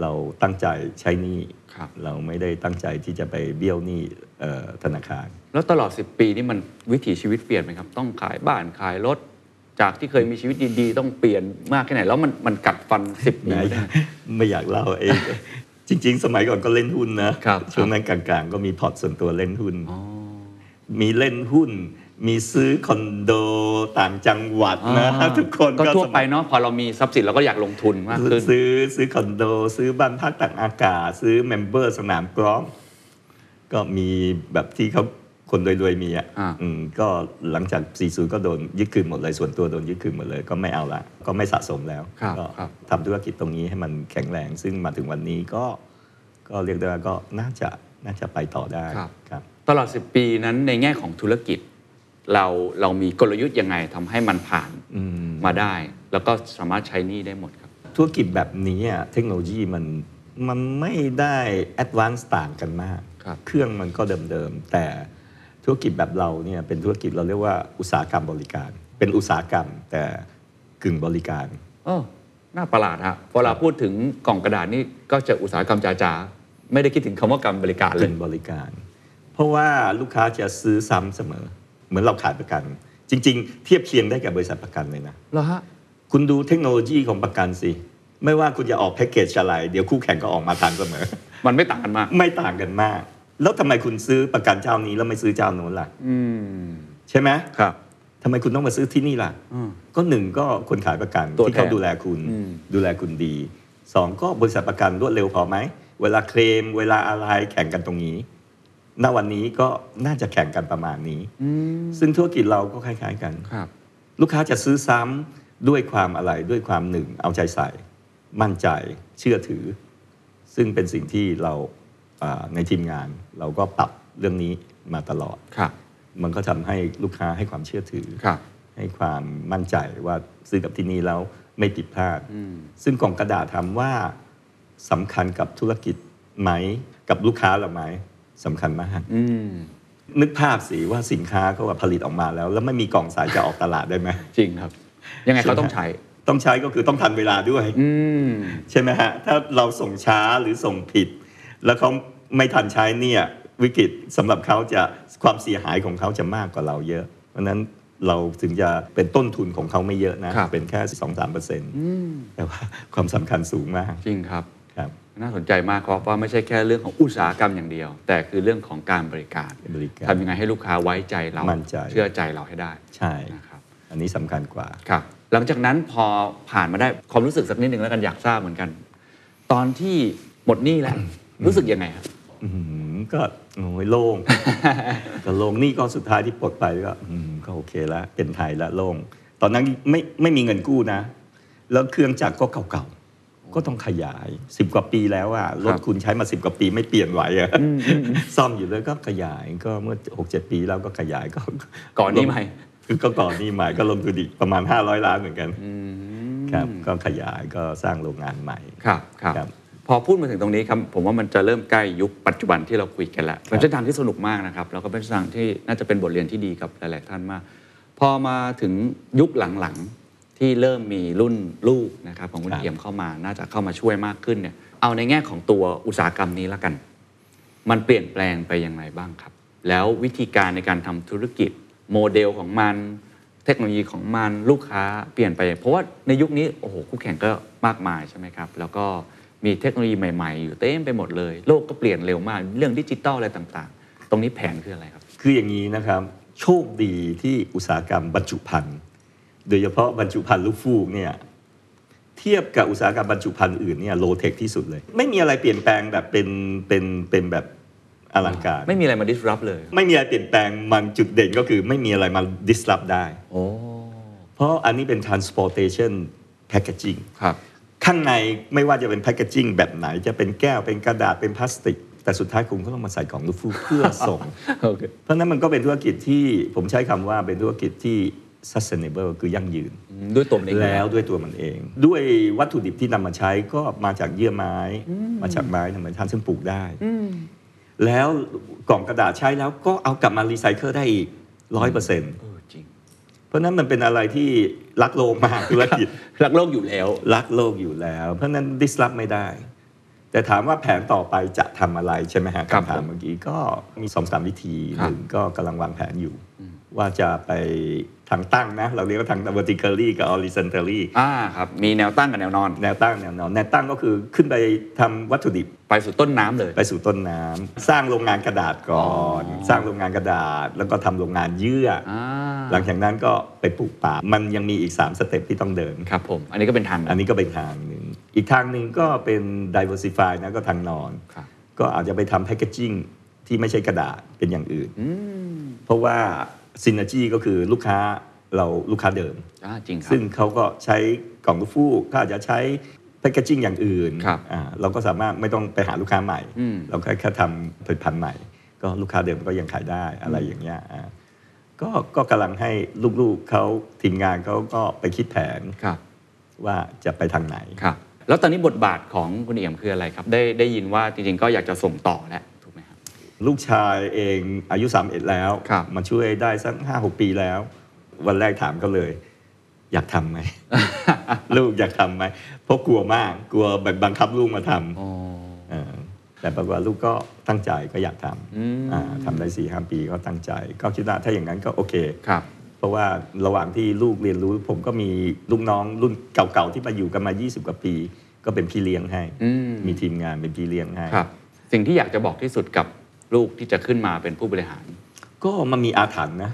เราตั้งใจใช้หนี้ ครับ เราไม่ได้ตั้งใจที่จะไปเบี้ยวหนี้เอ่อธนาคาร แล้วตลอด 10 ปีนี่มันวิถีชีวิตเปลี่ยนไหมครับ ต้องขายบ้านขายรถ จากที่เคยมีชีวิตดีๆ ต้องเปลี่ยนมากแค่ไหน แล้วมันมันกัดฟัน 10ปี ไหน ไม่ได้ ไม่อยากเล่าเอง จริง ๆ สมัยก่อนก็เล่นหุ้นนะครับ ช่วงนั้นกลางๆ ก็มีพอร์ตส่วนตัวเล่นหุ้น อ๋อ มีเล่นหุ้น มีซื้อคอนโดต่างจังหวัดนะ อ่า ทุกคน ก็ทั่ว สมัย ไปเนาะพอเรามีทรัพย์สินเราก็อยากลงทุนมากขึ้น ซื้อซื้อคอนโด ซื้อบ้านพักต่างอากาศ ซื้อเมมเบอร์สนามกอล์ฟก็มีแบบที่เขาคนรวยๆมีอ่ะ อ่า อืมก็หลังจาก 40 ก็โดนยึดคืนหมดเลย ส่วนตัวโดนยึดคืนหมดเลย ก็ไม่เอาละ ก็ไม่สะสมแล้ว ครับ ก็ ครับ ทำธุรกิจตรงนี้ให้มันแข็งแรง ซึ่งมาถึงวันนี้ก็ก็เรียกได้ว่าก็น่าจะน่าจะไปต่อได้ ครับ ครับ ตลอด 10 ปีนั้นในแง่ของธุรกิจ เราเรามีกลยุทธ์ยังไงทำให้มันผ่าน อืม มาได้ แล้วก็สามารถใช้หนี้ได้หมดครับ ธุรกิจแบบนี้อะเทคโนโลยีมันมันไม่ได้แอดวานซ์ต่างกันมาก ครับ เครื่องมันก็เดิมๆ แต่ธุรกิจแบบเราเนี่ยเป็นธุรกิจเราเรียกว่าอุตสาหกรรมบริการ เป็นอุตสาหกรรมแต่กึ่งบริการ เออน่าประหลาดฮะพอเราพูดถึงกล่องกระดาษนี่ก็จะอุตสาหกรรมจ๋าๆ ไม่ได้คิดถึงคำว่าการบริการเล เป็ ย นบริการ เพราะว่าลูกค้าจะซื้อซ้ำเสมอ เหมือนเราขายประกัน จริง ๆ เทียบเคียงได้กับบริษัทประกันเลยนะ เหรอฮะ คุณดูเทคโนโลยีของประกันสิ ไม่ว่าคุณจะออกแพ็กเกจอะไร เดี๋ยวคู่แข่งก็ออกมาทางเสมอ มันไม่ต่างกันมาก ไม่ต่างกันมาก แล้วทำไมคุณซื้อประกันเจ้านี้แล้วไม่ซื้อเจ้าโน้นล่ะ อืม ใช่ไหม ครับ ทำไมคุณต้องมาซื้อที่นี่ล่ะ อืม ก็หนึ่งก็คนขายประกัน ตัว ที่เขา แทน ดูแลคุณ อืม ดูแลคุณดีสองก็บริษัทประกันรวดเร็วพอไหม เวลาเคลม เวลาอะไรแข่งกันตรงนี้ ณวันนี้ก็น่าจะแข่งกันประมาณนี้ ซึ่งธุรกิจเราก็คล้ายๆกัน ครับ ลูกค้าจะซื้อซ้ำด้วยความอะไรด้วยความหนึ่ง เอาใจใส่ มั่นใจเชื่อถือ ซึ่งเป็นสิ่งที่เราอ่าในทีมงาน เราก็ปรับเรื่องนี้มาตลอด ครับ มันก็ทำให้ลูกค้าให้ความเชื่อถือ ครับ ให้ความมั่นใจว่าซื้อกับที่นี่แล้วไม่ผิดพลาด ซึ่งกล่องกระดาษถามว่าสำคัญกับธุรกิจไหม กับลูกค้าเราไหมสำคัญมาก อืม นึกภาพสิว่าสินค้าก็ว่าผลิตออกมาแล้ว แล้วไม่มีกล่องสายจะออกตลาดได้ไหม จริงครับ ยังไงเขาต้องใช้ ต้องใช้ก็คือต้องทันเวลาด้วย อืม ใช่ไหมฮะ ถ้าเราส่งช้าหรือส่งผิด แล้วเขาไม่ทันใช้เนี่ยวิกฤตสำหรับเขาจะความเสียหายของเขาจะมากกว่าเราเยอะ เพราะฉะนั้นเราถึงจะเป็นต้นทุนของเขาไม่เยอะนะ ครับ เป็นแค่สองสามเปอร์เซ็นต์แต่ว่าความสำคัญสูงมาก จริงครับ ครับ น่าสนใจมากครับว่าไม่ใช่แค่เรื่องของอุตสาหกรรมอย่างเดียว แต่คือเรื่องของการบริการ บริการ ทำยังไงให้ลูกค้าไว้ใจเราม นใจ เชื่อใจเราให้ได้ ใช่ นะครับ อันนี้สำคัญกว่า ครับหลังจากนั้นพอผ่านมาได้ความรู้สึกสักนิดหนึ่งแล้วกันอยากทราบเหมือนกัน ตอนที่หมดหนี้แล้ว รู้สึกยังไงครับ อืมก็โอ้ยโล่ง ก็โล่งนี่ก็สุดท้ายที่ปลดไปก็อืมก็โอเคละเป็นไทยละโล่งตอนนั้นไม่ไม่มีเงินกู้นะ แล้วเครื่องจักรก็เก่าๆ ก็ต้องขยาย 10 กว่าปีแล้วอะรถคุณใช้มา 10 กว่าปีไม่เปลี่ยนไหว อะซ่อมอยู่เลยก็ขยายก็เมื่อ 6-7 ปีแล้วก็ขยายก็ ก่อนหนี้ใหม่ คือก็ก่อนหนี่ใหม่ก็ลงทุนอีกประมาณ 500 ล้านเหมือนกันครับก็ขยายก็สร้างโรงงานใหม่ ครับครับ ครับ พอพูดมาถึงตรงนี้ครับผมว่ามันจะเริ่มใกล้ยุคปัจจุบันที่เราคุยกันแล้วเป็นเส้นทางที่สนุกมากนะครับแล้วก็เป็นเส้นทางที่น่าจะเป็นบทเรียนที่ดีกับหลาย ๆ ท่านมาก พอมาถึงยุคหลังๆที่เริ่มมีรุ่นลูกนะครับของคุณ ครับ เอี่ยมเข้ามาน่าจะเข้ามาช่วยมากขึ้นเนี่ยเอาในแง่ของตัวอุตสาหกรรมนี้ละกัน มันเปลี่ยนแปลงไปอย่างไรบ้างครับ แล้ววิธีการในการทำธุรกิจ โมเดลของมัน เทคโนโลยีของมันลูกค้าเปลี่ยนไป เพราะว่าในยุคนี้โอ้โหคู่แข่งก็มากมายใช่ไหมครับ แล้วก็มีเทคโนโลยีใหม่ๆ อยู่เต็มไปหมดเลย โลกก็เปลี่ยนเร็วมาก เรื่องดิจิตอลอะไรต่างๆ ตรงนี้แผนคืออะไรครับ คืออย่างนี้นะครับ โชคดีที่อุตสาหกรรมบรรจุภัณฑ์โดยเฉพาะบรรจุภัณฑ์ลูกฟูกเนี่ยเทียบกับอุตสาหกรรมบรรจุภัณฑ์อื่นเนี่ยโลเทคที่สุดเลย ไม่มีอะไรเปลี่ยนแปลงแบบเป็นเป็นเป็นแบบอลังการ ไม่มีอะไรมา disrupt เลย ไม่มีอะไรเปลี่ยนแปลงมันจุดเด่นก็คือไม่มีอะไรมา disrupt ได้ โอ้ เพราะอันนี้เป็น transportation packaging ครับ ข้างในไม่ว่าจะเป็นแพ c เกจิ้งแบบไหนจะเป็นแก้วเป็นกระดาษเป็นพลาสติก แต่สุดท้ายคุณก็ต้องมาใส่กล่องลูกฟูกเพื่อส่ง โอเค เพราะฉะนั้นมันก็เป็นธุรกิจที่ผมใช้คำว่าเป็นธุรกิจที่ sustainable คือยั่งยืน ด้วยตัวมันเอง แล้วด้วยตัวมันเอง ด้วยวัตถุดิบที่นำมาใช้ก็มาจากเยื่อไม้ มาจากไม้ธรรมชาติซึ่งปลูกได้ แล้วกล่องกระดาษใช้แล้วก็เอากลับมารีไซเคิลได้อีกร้อยเปอร์เซ็นต์ เออจริง เพราะฉะนั้นมันเป็นอะไรที่รักโลกมาก ธุรกิจ รักโลกอยู่แล้ว รักโลกอยู่แล้ว เพราะฉะนั้น disrupt ไม่ได้ แต่ถามว่าแผนต่อไปจะทำอะไรใช่ไหมฮะ ครับ คำถามเมื่อกี้ก็มีสองสามวิธี ค ห รับ นึ่งก็กำลังวางแผนอยู่ ว่าจะไปทางตั้งนะ เราเรียกว่าทาง vertically กับ horizontally อ่าครับมีแนวตั้งกับแนวนอน แนวตั้งแนวนอนแนวตั้งก็คือขึ้นไปทำวัตถุดิบ ไปสู่ต้นน้ำเลย ไปสู่ต้นน้ำสร้างโรงงานกระดาษก่อน สร้างโรงงานกระดาษ แล้วก็ทำโรงงานเยื่ออ อ่า หลังจากนั้นก็ไปปลูกป่ามันยังมีอีกสามสเต็ปที่ต้องเดิน ครับผม อันนี้ก็เป็นทางหนึ่ง อันนี้ก็เป็นทางหนึ่ง อีกทางหนึ่งก็เป็น diversify นะก็ทางนอน ครับ ก็อาจจะไปทำแพ c เกจิ้งที่ไม่ใช่กระดาษเป็นอย่างอื่น เพราะว่าซิน e r จีก็คือลูกค้าเราลูกค้าเดิม อ่าจริงครับ ซึ่งเขาก็ใช้กล่องลูกฟูกก็อาจจะใช้แพ c เกจิ้งอย่างอื่น ครับ อ่าเราก็สามารถไม่ต้องไปหาลูกค้าใหม่ อืม เราแค่แค่ทำผลิตภัณฑ์ใหม่ ก็ลูกค้าเดิมก็ยังขายได้อะไรอย่างเงี้ยอ่าก็ก็กำลังให้ลูกๆเขาทีมงานเขาก็ไปคิดแผน ครับ ว่าจะไปทางไหน ครับ แล้วตอนนี้บทบาทของคุณเอี่ยมคืออะไรครับ ได้ได้ยินว่าจริงๆก็อยากจะส่งต่อแล้วถูกไหมครับ ลูกชายเองอายุ31แล้ว ครับ มาช่วยได้สักห้าหกปีแล้ว วันแรกถามเขาเลย อยาก ทำไหม ลูกอยากทำไหมเพราะกลัวมากกลัวแบบบังคับลูกมาท อ๋อ ำเออแต่ปรากฏว่าลูกก็ตั้งใจก็อยากท อืม ำอ่าทำได้สี่ห้าปีก็ตั้งใจ ก็คิดว่าถ้าอย่างนั้นก็โอเค ครับ เพราะว่าระหว่างที่ลูกเรียนรู้ ผมก็มีลูกน้องรุ่นเก่าๆที่มาอยู่กันมา 20 กว่าปี ก็เป็นพี่เลี้ยงให้ อืม มีทีมงานเป็นพี่เลี้ยงให้ ครับ สิ่งที่อยากจะบอกที่สุดกับลูกที่จะขึ้นมาเป็นผู้บริหาร ก็มันมีอาถรรพ์นะ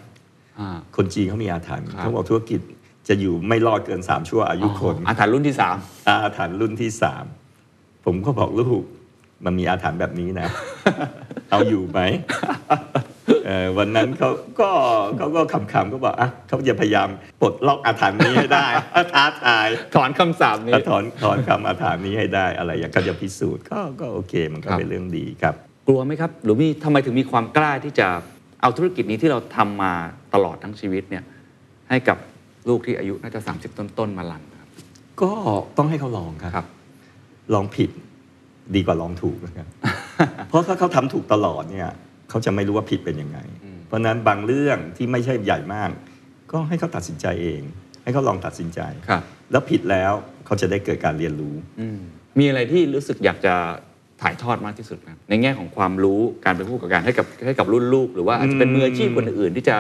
อ่า คนจีนเขามีอาถรรพ์ ครับ เขาบอกธุรกิจจะอยู่ไม่รอดเกิน 3 ชั่วอายุคน อาถรรพ์รุ่นที่สาม อาถ รรพ์รุ่นที่ 3 ผมก็บอกลูก มันมีอาถรรพ์แบบนี้นะ เอาอยู่ไหมเอ่อวันนั้นเขาก็เขาก็ขำๆก็บอกอ่ะเขาจะพยายามปลดล็อกอาถรรพ์นี้ให้ได้ อ่ะท้าทาย ถอนคำสาปนี้ ถ้าถอนถอนคำอาถรรพ์นี้ให้ได้อะไรอย่างเขาจะพิสูจน์ก็ก็โอเคมันก็เป็นเรื่องดีครับ กลัวไหมครับหรือมีทำไมถึงมีความกล้าที่จะเอาธุรกิจนี้ที่เราทำมาตลอดทั้งชีวิตเนี่ยให้กับลูกที่อายุน่าจะ 30 ต้นๆมาลันครับ ก็ต้องให้เขาลองครับ ครับ ลองผิดดีกว่าลองถูก นะครับ เพราะถ้าเขาทำถูกตลอดเนี่ยเขาจะไม่รู้ว่าผิดเป็นยังไง เพราะฉะนั้นบางเรื่องที่ไม่ใช่ใหญ่มาก ก็ให้เขาตัดสินใจเอง ให้เขาลองตัดสินใจ ครับ แล้วผิดแล้วเขาจะได้เกิดการเรียนรู้ มีอะไรที่รู้สึกอยากจะถ่ายทอดมากที่สุดครับในแง่ของความรู้การเป็นผู้ประกอบการให้กับให้กับรุ่นลูก หรือว่าอาจจะเป็นมืออาชีพคนอื่นที่จะ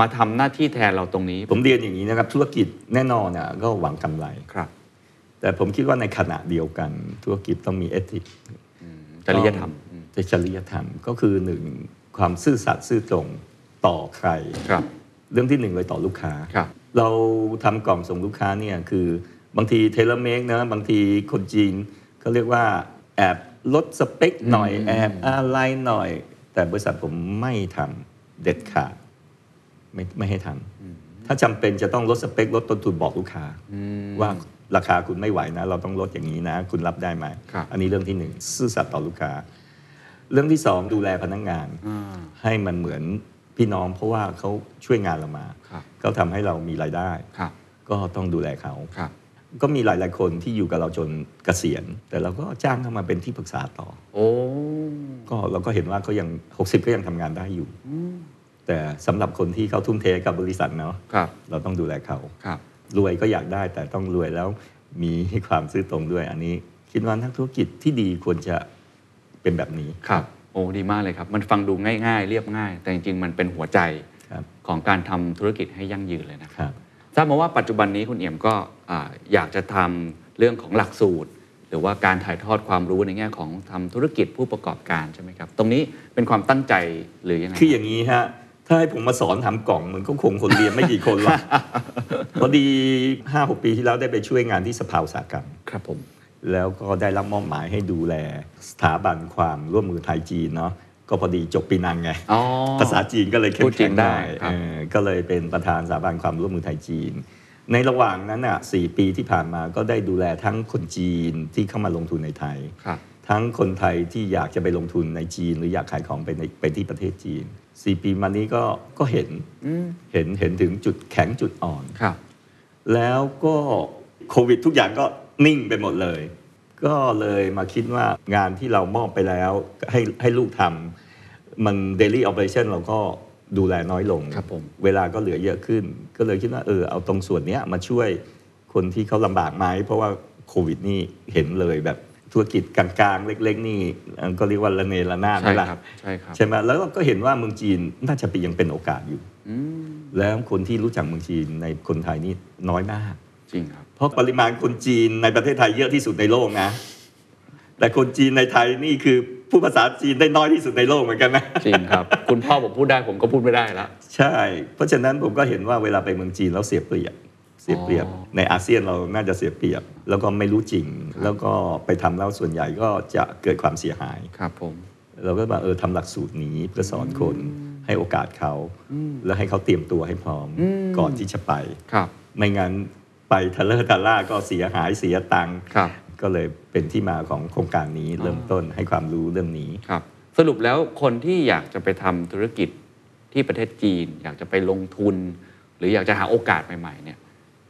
มาทำหน้าที่แทนเราตรงนี้ ผมเรียนอย่างนี้นะครับ ธุรกิจแน่นอนน่ะก็หวังกำไร ครับ แต่ผมคิดว่าในขณะเดียวกัน ธุรกิจต้องมีเอติก จริยธรรมอืม ในจริยธรรมก็คือหนึ่งความซื่อสัตย์ซื่อตรงต่อใคร ครับ เรื่องที่หนึ่งเลยต่อลูกค้า ครับ เราทำกล่องส่งลูกค้าเนี่ยคือบางทีเทเลเมกนะบางทีคนจีนเขาเรียกว่าแอบลดสเปคหน่อยแอบอะไรหน่อย แต่บริษัทผมไม่ทำเด็ดขาดไม่ไม่ให้ทำถ้าจำเป็นจะต้องลดสเปคลดต้นทุนบอกลูกค้า ว่าราคาคุณไม่ไหวนะ เราต้องลดอย่างนี้นะ คุณรับได้ไหม ครับ อันนี้เรื่องที่หนึ่งซื่อสัตย์ต่อลูกค้า เรื่องที่สองดูแลพนักงาน อ่า ให้มันเหมือนพี่น้องเพราะว่าเขาช่วยงานเรามา ครับ เขาทำให้เรามีรายได้ ครับ ก็ต้องดูแลเขา ครับ ก็มีหลาย ๆ คนที่อยู่กับเราจนเกษียณ แต่เราก็จ้างเขามาเป็นที่ปรึกษาต่อ โอ้ ก็เราก็เห็นว่าเขายัง 60 ก็ยังทำงานได้อยู่ แต่สำหรับคนที่เขาทุ่มเทกับบริษัทเนาะ ครับ เราต้องดูแลเขา ครับ รวยก็อยากได้แต่ต้องรวยแล้วมีความซื่อตรงด้วย อันนี้คิดว่านักธุรกิจที่ดีควรจะเป็นแบบนี้ ครับโอ้ดีมากเลยครับ มันฟังดูง่ายๆ เรียบง่าย แต่จริงๆมันเป็นหัวใจ ครับ ของการทำธุรกิจให้ยั่งยืนเลยนะครับ ครับ ทราบมาว่าปัจจุบันนี้คุณเอี่ยมก็อ่าอยากจะทำเรื่องของหลักสูตร หรือว่าการถ่ายทอดความรู้ในแง่ของทำธุรกิจผู้ประกอบการใช่ไหมครับ ตรงนี้เป็นความตั้งใจหรือยังไง คืออย่างนี้ฮะ ถ้าให้ผมมาสอนทำกล่องเหมือนก็คงคนเรียนไม่กี่คนหร อก พอดี 5-6 ปีที่แล้วได้ไปช่วยงานที่สภาอุตสาหกรรม ครับผม แล้วก็ได้รับมอบหมายให้ดูแลสถาบันความร่วมมือไทยจีนเนาะก็พอดีจบปีนังไง อ๋อ ภาษาจีนก็เลยเข้ม พูดจี แข็ง นได้ ได้ ครับ เออก็เลยเป็นประธานสถาบันความร่วมมือไทยจีน ในระหว่างนั้นอ่ะสปีที่ผ่านมาก็ได้ดูแลทั้งคนจีนที่เข้ามาลงทุนในไทย ครับ ทั้งคนไทยที่อยากจะไปลงทุนในจีน หรืออยากขายของไปในไปที่ประเทศจีนสี่ปีมานี้ก็ก็เห็นเห็นเห็นถึงจุดแข็งจุดอ่อน ครับ แล้วก็โควิดทุกอย่างก็นิ่งไปหมดเลย ก็เลยมาคิดว่างานที่เรามอบไปแล้วให้ให้ลูกทำมัน daily operation เราก็ดูแลน้อยลง ครับผม เวลาก็เหลือเยอะขึ้น ก็เลยคิดว่าเออเอาตรงส่วนเนี้ยมาช่วยคนที่เขาลำบากไหมเพราะว่าโควิดนี่เห็นเลยแบบธุรกิจกลางๆ เล็ก ๆ นี่เอ่อก็เรียกว่าระเนระนาด ใช่ ไหมล่ะ ครับใช่ครับ ใช่ไหมแล้วเราก็เห็นว่าเมืองจีนน่าจะเป็นยังเป็นโอกาสอยู่ อืม แล้วคนที่รู้จักเมืองจีนในคนไทยนี่น้อยมาก จริงครับ เพราะปริมาณคนจีนในประเทศไทยเยอะที่สุดในโลกนะ แต่คนจีนในไทยนี่คือผู้ภาษาจีนได้น้อยที่สุดในโลกเหมือนกันนะ จริงครับ คุณพ่อผมพูดได้ผมก็พูดไม่ได้ละ ใช่ เพราะฉะนั้นผมก็เห็นว่าเวลาไปเมืองจีนแล้วเสียเปรียบ เสียเปรียบ อ๋อ ในอาเซียนเราน่าจะเสียเปรียบ แล้วก็ไม่รู้จริง แล้วก็ไปทำแล้วส่วนใหญ่ก็จะเกิดความเสียหาย ครับผม เราก็มาเออทำหลักสูตรนี้เพื่อสอนคนให้โอกาสเขา แล้วให้เขาเตรียมตัวให้พร้อม อืม ก่อนที่จะไป ครับ ไม่งั้นไปทะเลอะทะล่าก็เสียหายเสียตังค์ ครับ ก็เลยเป็นที่มาของโครงการนี้เริ่มต้นให้ความรู้เรื่องนี้ ครับสรุปแล้วคนที่อยากจะไปทำธุรกิจที่ประเทศจีน อยากจะไปลงทุน หรืออยากจะหาโอกาสใหม่ๆเนี่ย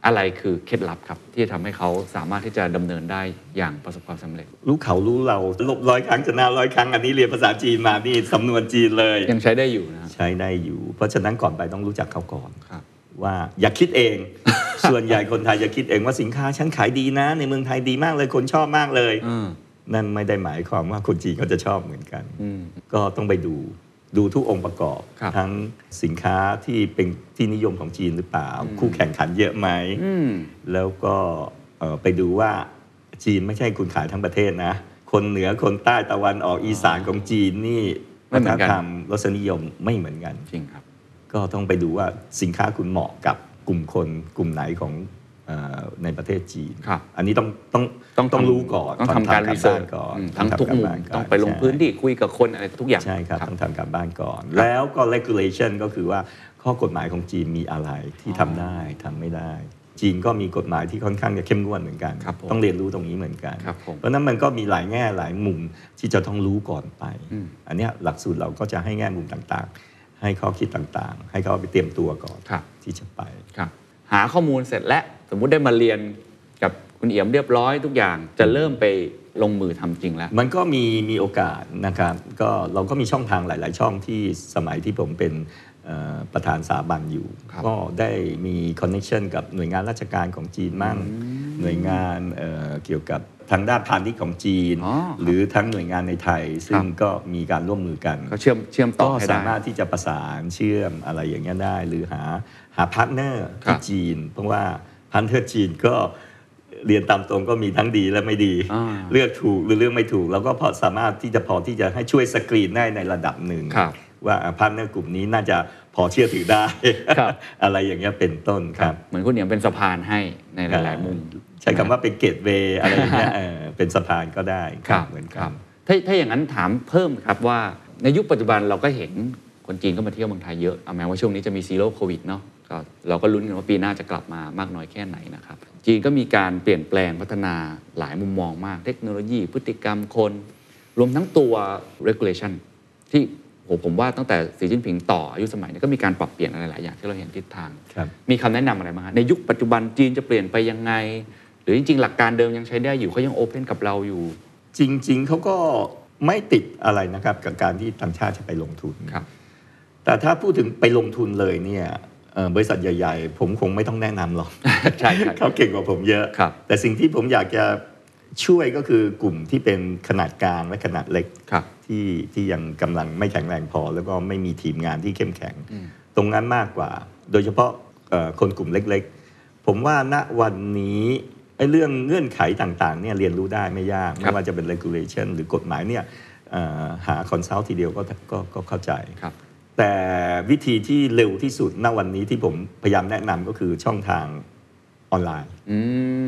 อะไรคือเคล็ดลับครับ ที่จะทำให้เขาสามารถที่จะดำเนินได้อย่างประสบความสำเร็จ รู้เขารู้เราลบร้อยครั้งชนะร้อยครั้งอันนี้เรียนภาษาจีนมานี่สำนวนจีนเลย ยังใช้ได้อยู่นะ ใช้ได้อยู่ เพราะฉะนั้นก่อนไปต้องรู้จักเขาก่อน ครับ ว่าอย่าคิดเอง ส่วนใหญ่คนไทยจะคิดเองว่าสินค้าฉันขายดีนะ ในเมืองไทยดีมากเลยคนชอบมากเลย อืม นั่นไม่ได้หมายความว่าคนจีนเขาจะชอบเหมือนกัน อืม ก็ต้องไปดูดูทุกองค์ประกอบ ครับ ทั้งสินค้าที่เป็นที่นิยมของจีนหรือเปล่า คู่แข่งขันเยอะไหม อืม แล้วก็เอ่อไปดูว่าจีนไม่ใช่คุณขายทั้งประเทศนะ คนเหนือคนใต้ตะวันออกอีสานของจีนนี่ ไม่เหมือนวัฒธกันรรมรสนิยมไม่เหมือนกัน จริงครับ ก็ต้องไปดูว่าสินค้าคุณเหมาะกับกลุ่มคนกลุ่มไหนของ เอ่อในประเทศจีน ครับ อันนี้ต้องต้อง ทำ รู้ก่อน ต้องทำการรีเสิร์ช ก่อน อืมทั้งทุกมุม ารบ้านน ต้องไปลง ใช่ พื้นที่คุยกับคนอะไรทุกอย่าง ใช่ครับ ต้องทำการบ้านก่อน แล้วก็ regulation ก็คือว่าข้อกฎหมายของจีนมีอะไรที่ทำได้ทำไม่ได้ จีนก็มีกฎหมายที่ค่อนข้างจะเข้มงวดเหมือนกัน ครับผม ต้องเรียนรู้ตรงนี้เหมือนกัน ครับผม เพราะฉะนั้นมันก็มีหลายแง่หลายมุมที่จะต้องรู้ก่อนไป อืม อันเนี้ยหลักสูตรเราก็จะให้แง่มุมต่างๆ ให้ข้อคิดต่างๆ ให้เขาไปเตรียมตัวก่อน ครับ ที่จะไป ครับหาข้อมูลเสร็จแล้วสมมุติได้มาเรียนกับคุณเอี่ยมเรียบร้อยทุกอย่างจะเริ่มไปลงมือทำจริงแล้ว มันก็มีมีโอกาสนะครับก็เราก็มีช่องทางหลาย ๆ ช่องที่สมัยที่ผมเป็นเอ่อประธานสถาบันอยู่ ครับ ก็ได้มีคอนเน t ชันกับหน่วยงานราชการของจีนมั่ง หน่วยงานเอ่อเกี่ยวกับทางด้านพาณิชย์ของจีน อ๋อครับ หรือทั้งหน่วยงานในไทย ซึ่ง ครับ ก็มีการร่วมมือกัน เขาเชื่อมเชื่อมต่ ก็ อให้ สา ได้ มารถที่จะประสานเชื่อมอะไรอย่างเงี้ยได้ หรือหาหาพาร์ทเนอร์ ครั ที่ บ จีน เพราะว่าพาร์ทเนอร์จีนก็เรียนตามตรงก็มีทั้งดีและไม่ดี อ่า เลือกถูกหรือเลือกไม่ถูก แล้วก็พอสามารถที่จะพอที่จะให้ช่วยสกรีนได้ในระดับหนึ่ง ครับ ว่าพาร์ทเนอร์กลุ่มนี้น่าจะพอเชื่อถือได้ ครับ อะไรอย่างเงี้ยเป็นต้นครับ เหมือนคุณเอี่ยมเป็นสะพานให้ในหลาย ๆ มุม ใช้คำว่าเป็นเกตเวย์อะไรอย่างเงี้ยเออเป็นสะพานก็ได้ ครับ เหมือน ค กั รั น บถ้าถ้าอย่างนั้นถามเพิ่มครับว่าในยุคปัจจุบันเราก็เห็นคนจีนก็มาเที่ยวเมืองไทยเยอะเอาแม้ว่าช่วงนี้จะมีซีโร่โควิดเนาะก็เราก็ลุ้นกันว่าปีหน้าจะกลับมามากน้อยแค่ไหนนะครับ จีนก็มีการเปลี่ยนแปลงพัฒนาหลายมุมมองมาก เทคโนโลยี พฤติกรรมคน รวมทั้งตัว regulation ที่โหผมว่าตั้งแต่สีจิ้นผิงต่ออายุสมัยเนี่ยก็มีการปรับเปลี่ยนอะไรหลายอย่างที่เราเห็นทิศทาง ครับ มีคำแนะนำอะไรบ้างฮะในยุคปัจจุบันจีนจะเปลี่ยนไปยังไง หรือจริงๆหลักการเดิมยังใช้ได้อยู่เขายังโอเพนกับเราอยู่ จริง ๆเขาก็ไม่ติดอะไรนะครับกับการที่ต่างชาติจะไปลงทุน ครับ แต่ถ้าพูดถึงไปลงทุนเลยเนี่ยเอ่อบริษัทใหญ่ ๆ ผมคงไม่ต้องแนะนำหรอก ใช่ครับ เขาเก่งกว่าผมเยอะ ครับ แต่สิ่งที่ผมอยากจะช่วยก็คือกลุ่มที่เป็นขนาดกลางและขนาดเล็ก ครับ ที่ที่ยังกำลังไม่แข็งแรงพอ แล้วก็ไม่มีทีมงานที่เข้มแข็ง ตรงนั้นมากกว่า โดยเฉพาะเอ่อคนกลุ่มเล็ก ๆ ผมว่าณวันนี้ไอ้เรื่องเงื่อนไขต่างๆเนี่ยเรียนรู้ได้ไม่ยาก ครั ไม่ บ ว่าจะเป็น regulation หรือกฎหมายเนี่ยเอ่อหาคอนซัลท์ทีเดียวก็ก็ก็เข้าใจ ครับ แต่วิธีที่เร็วที่สุดณวันนี้ที่ผมพยายามแนะนำก็คือช่องทางออนไลน์ อื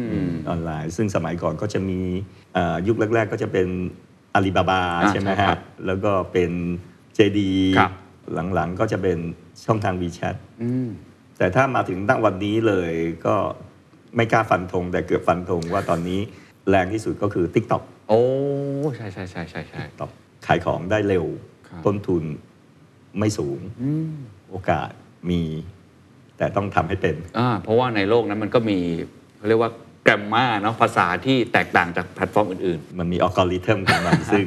ม ออนไลน์ ซึ่งสมัยก่อนก็จะมีเอ่อยุคแรก ๆ ก็จะเป็นอาลีบาบา อ่า ใช่ไหม ใช่ครั ฮะ บ แล้วก็เป็นเจดี ครับ หลัง ๆ ก็จะเป็นช่องทางวีแชท อืม แต่ถ้ามาถึงณวันนี้เลยก็ไม่กล้าฟันธงแต่เกือบฟันธงว่าตอนนี้แรงที่สุดก็คือ TikTok โอ้ ใช่ใช่ใช่ใช่ใช่ ตอบขายของได้เร็ว ครับ ต้นทุนไม่สูง อืม โอกาสมีแต่ต้องทำให้เป็น อ่าเพราะว่าในโลกนั้นมันก็มีเขาเรียกว่าแกรมมาเนาะภาษาที่แตกต่างจากแพลตฟอร์มอื่น มันมีอัลกอริทึมของมัน ซึ่ง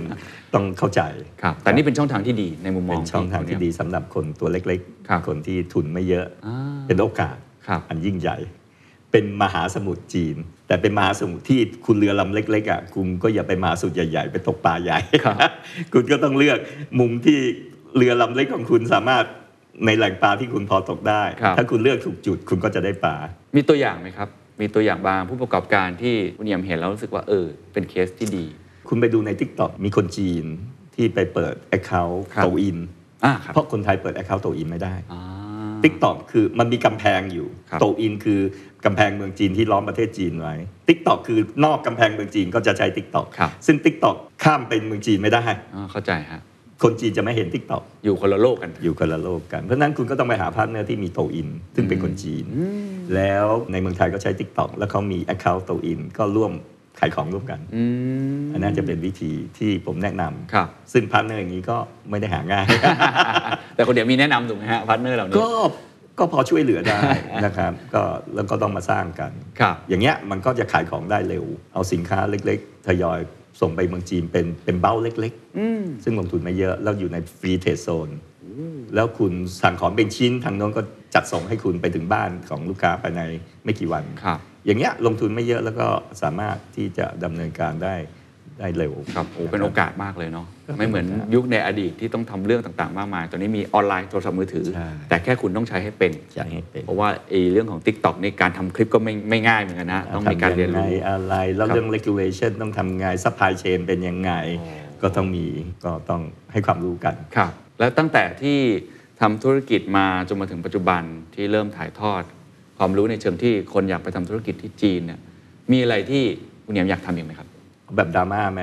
ต้องเข้าใจ ๆ ครับ แต่นี่เป็นช่องทางที่ดีในมุมมอง เป็นช่องทางที่ดี คุณเอี่ย สำหรับคนตัวเล็ก ครับ คนที่ทุนไม่เยอะ มอ่า เป็นโอกาส ครับ อันยิ่งใหญ่ เป็นมหาสมุทรจีน แต่เป็นมหาสมุทรที่คุณเรือลำเล็กๆอ่ะคุณก็อย่าไปมหาสมุทรใหญ่ๆ ไปตกปลาใหญ่ คุณก็ต้องเลือกมุมที่เรือลำเล็กของคุณสามารถในแหล่งปลาที่คุณพอตกได้ ครับ ถ้าคุณเลือกถูกจุดคุณก็จะได้ปลา มีตัวอย่างไหมครับ มีตัวอย่างบางผู้ประกอบการที่คุณเอี่ยมเห็นแล้วรู้สึกว่าเออ เป็นเคสที่ดี คุณไปดูใน t ิ k t o k มีคนจีนที่ไปเปิด Account ครับ โตอิน อ่าครับ เพราะคนไทยเปิด Account โตอินไม่ได้ อ่า t ิ k t o k คือมันมีกำแพงอยู่ ครับ โตอินคือกำแพงเมืองจีนที่ล้อมประเทศจีนไว้ t ิ k t o k คือนอกกำแพงเมืองจีนก็จะใช้ t ิ k t o k ครับ ซึ่ง t ิ k t o k ข้ามเป็นเมืองจีนไม่ได้ อ่าเข้าใจฮะ คนจีนจะไม่เห็น t ิ k t o k อยู่คนละโลกกัน อยู่คนละโลกกัน เพราะฉะนั้นคุณก็ต้องไปหาพาร์ทเนอร์ที่มีโตอิน ซึ่งเป็นคนจีน แล้วในเมืองไทยก็ใช้ t ิ k t o k แล้วเขามี Account โตอินก็ร่วมขายของร่วมกัน อืม อันนั้นจะเป็นวิธีที่ผมแนะนำ ครับ ซึ่งพาร์ทเนอร์อย่างนี้ก็ไม่ได้หาง่าย แต่คนเดียวมีแนะนำถูกไหมฮะพาร์ทเนอร์เหล่านี้ ก็ก็พอช่วยเหลือได้ นะครับ ก็แล้วก็ต้องมาสร้างกัน ครับ อย่างเงี้ยมันก็จะขายของได้เร็ว เอาสินค้าเล็กๆ ทยอยส่งไปเมืองจีนเป็นเป็นเบ้าเล็กๆ ซึ่งลงทุนไม่เยอะ แล้วอยู่ในฟรีเทสโซน แล้วคุณสั่งของเป็นชิ้น ทางโน้นก็จัดส่งให้คุณไปถึงบ้านของลูกค้าภายในไม่กี่วัน ครับ อย่างเงี้ยลงทุนไม่เยอะแล้วก็สามารถที่จะดำเนินการได้ได้เร็ว ครับโอ้ ะ เป็นโอกาสมากเลยเนาะ ครับ ไม่เหมือนยุคในอดีตที่ต้องทำเรื่องต่างๆ มากมาย ตอนนี้มีออนไลน์โทรศัพท์มือถือ ใช่ แต่แค่คุณต้องใช้ให้เป็น อยากให้เป็น เพราะว่าไอ้เรื่องของ Tik t o อกนี่การทำคลิปก็ไม่ไม่ง่ายเหมือนกันนะ ต้องมีการเรียนรู้ ทำงไงอะไร แล้ว ครับ เรื่อง regulation ต้องทำไง supply chain เป็นยังไง อ๋อ ก็ต้องมีก็ต้องให้ความรู้กัน ครับ แล้วตั้งแต่ที่ทำธุรกิจมาจนมาถึงปัจจุบันที่เริ่มถ่ายทอด ความรู้ในเชิงที่คนอยากไปทำธุรกิจที่จีนเนี่ยมีอะไรที่คุณเหนียมอยากทำอีกไหมครับ เอาแบบดราม่า ไหม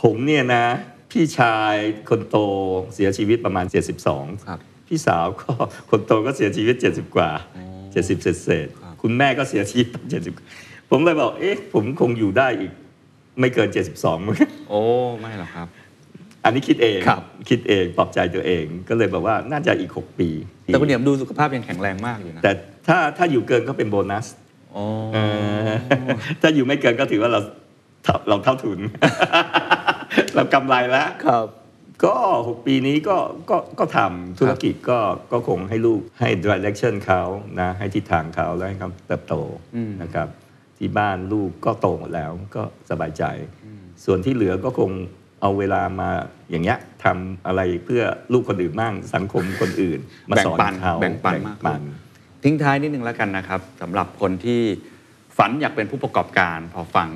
ผมเนี่ยนะ พี่ชายคนโตเสียชีวิตประมาณ 72 ครับ พี่สาวก็ คนโตก็เสียชีวิต 70 กว่า 70 เศษเศษๆ ครับ คุณแม่ก็เสียชีวิตตอน70 ผมเลยบอก เอ๊ะ ผมคงอยู่ได้อีก ไม่เกิน 72มั้ง โอ้ไม่หรอกครับ อันนี้คิดเอง ครับ ดเองปลอบใจตัวเองก็เลยบอกว่าน่าจะอีก 6 ปี แต่คุณเหนียมดูสุขภาพยังแข็งแรงมากอยู่นะ แต่ถ้าถ้าอยู่เกินก็เป็นโบนัส โอ้ เออ ถ้าอยู่ไม่เกินก็ถือว่าเราเท่าเราเท่าทุน เรากำไรแล้ว ครับ ก็ 6 ปีนี้ก็ก็ก็ทำธุรกิจก็ก็คงให้ลูกให้ direction เขานะให้ทิศทางเขาแล้วให้เขาเติบโตนะครับ ที่บ้านลูกก็โตหมดแล้วก็สบายใจ ส่วนที่เหลือก็คงเอาเวลามาอย่างเงี้ยทำอะไรเพื่อลูกคนอื่นบ้างสังคมคนอื่น มา แบ่ ส ง อน ปัน เขา แบ่งปันมากขึ้นทิ้งท้ายนิดนึงแล้วกันนะครับสำหรับคนที่ฝันอยากเป็นผู้ประกอบการพอฟัง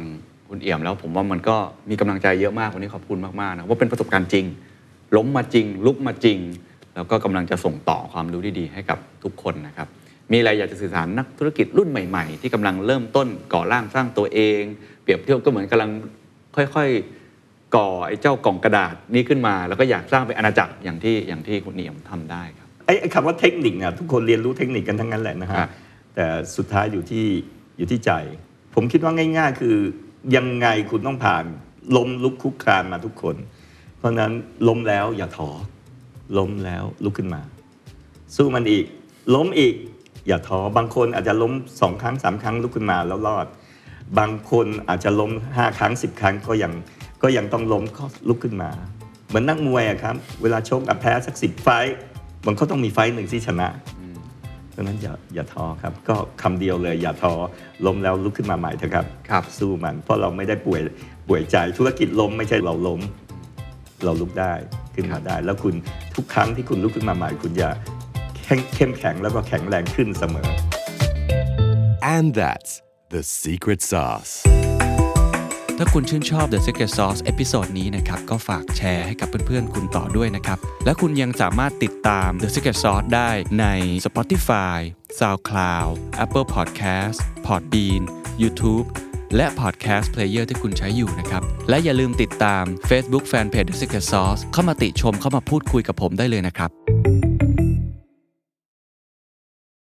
คุณเอี่ยมแล้ว ผมว่ามันก็มีกำลังใจเยอะมากวันนี้ขอบคุณมากๆนะว่าเป็นประสบการณ์จริง ล้มมาจริง ลุกมาจริง แล้วก็กำลังจะส่งต่อความรู้ดีๆให้กับทุกคนนะครับ มีอะไรอยากจะสื่อสารนักธุรกิจรุ่นใหม่ ๆ ที่กำลังเริ่มต้นก่อร่างสร้างตัวเอง เปรียบเทียบก็เหมือนกำลังค่อยๆ ก่อไอ้เจ้ากล่องกระดาษนี้ขึ้นมา แล้วก็อยากสร้างเป็นอาณาจักรอย่างที่อย่างที่คุณเอี่ยมทำได้ครับ ไอ้ไอ้คำว่าเทคนิคเนี่ยทุกคนเรียนรู้เทคนิคกันทั้งนั้นแหละนะฮะ ครับ แต่สุดท้ายอยู่ที่อยู่ที่ใจ ผมคิดว่าง่าย ๆ คือยังไงคุณต้องผ่านล้มลุกคลุกคลานมาทุกคน เพราะฉะนั้นล้มแล้วอย่าท้อล้มแล้วลุกขึ้นมา สู้มันอีก ล้มอีก อย่าท้อบางคนอาจจะล้มสองครั้งสามครั้งลุกขึ้นมาแล้วรอด บางคนอาจจะล้มห้าครั้งสิบครั้งก็ยังก็ยังต้องล้มก็ลุกขึ้นมา เหมือนนักมวยอะครับ เวลาชกอะแพ้สักสิบไฟต์มันก็ต้องมีไฟต์หนึ่งที่ชนะดังนั้นอย่าอย่าท้อครับ ก็คำเดียวเลย อย่าท้อล้มแล้วลุกขึ้นมาใหม่เถอะครับ ครับ สู้มัน เพราะเราไม่ได้ป่วยป่วยใจธุรกิจล้มไม่ใช่เราล้ม เราลุกได้ขึ้นมาได้ แล้วคุณทุกครั้งที่คุณลุกขึ้นมาใหม่ คุณอย่าเข้มเข้มแข็งแล้วก็แข็งแรงขึ้นเสมอ And that's the secret sauce. ถ้าคุณชื่นชอบ The Secret Sauce เอพิโซดนี้นะครับ ก็ฝากแชร์ให้กับเพื่อนๆ คุณต่อด้วยนะครับ และคุณยังสามารถติดตาม The Secret Sauce ได้ใน Spotify, SoundCloud, Apple Podcast, Podbean, YouTube และ Podcast Player ที่คุณใช้อยู่นะครับ และอย่าลืมติดตาม Facebook Fanpage The Secret Sauce เข้ามาติชมเข้ามาพูดคุยกับผมได้เลยนะครับ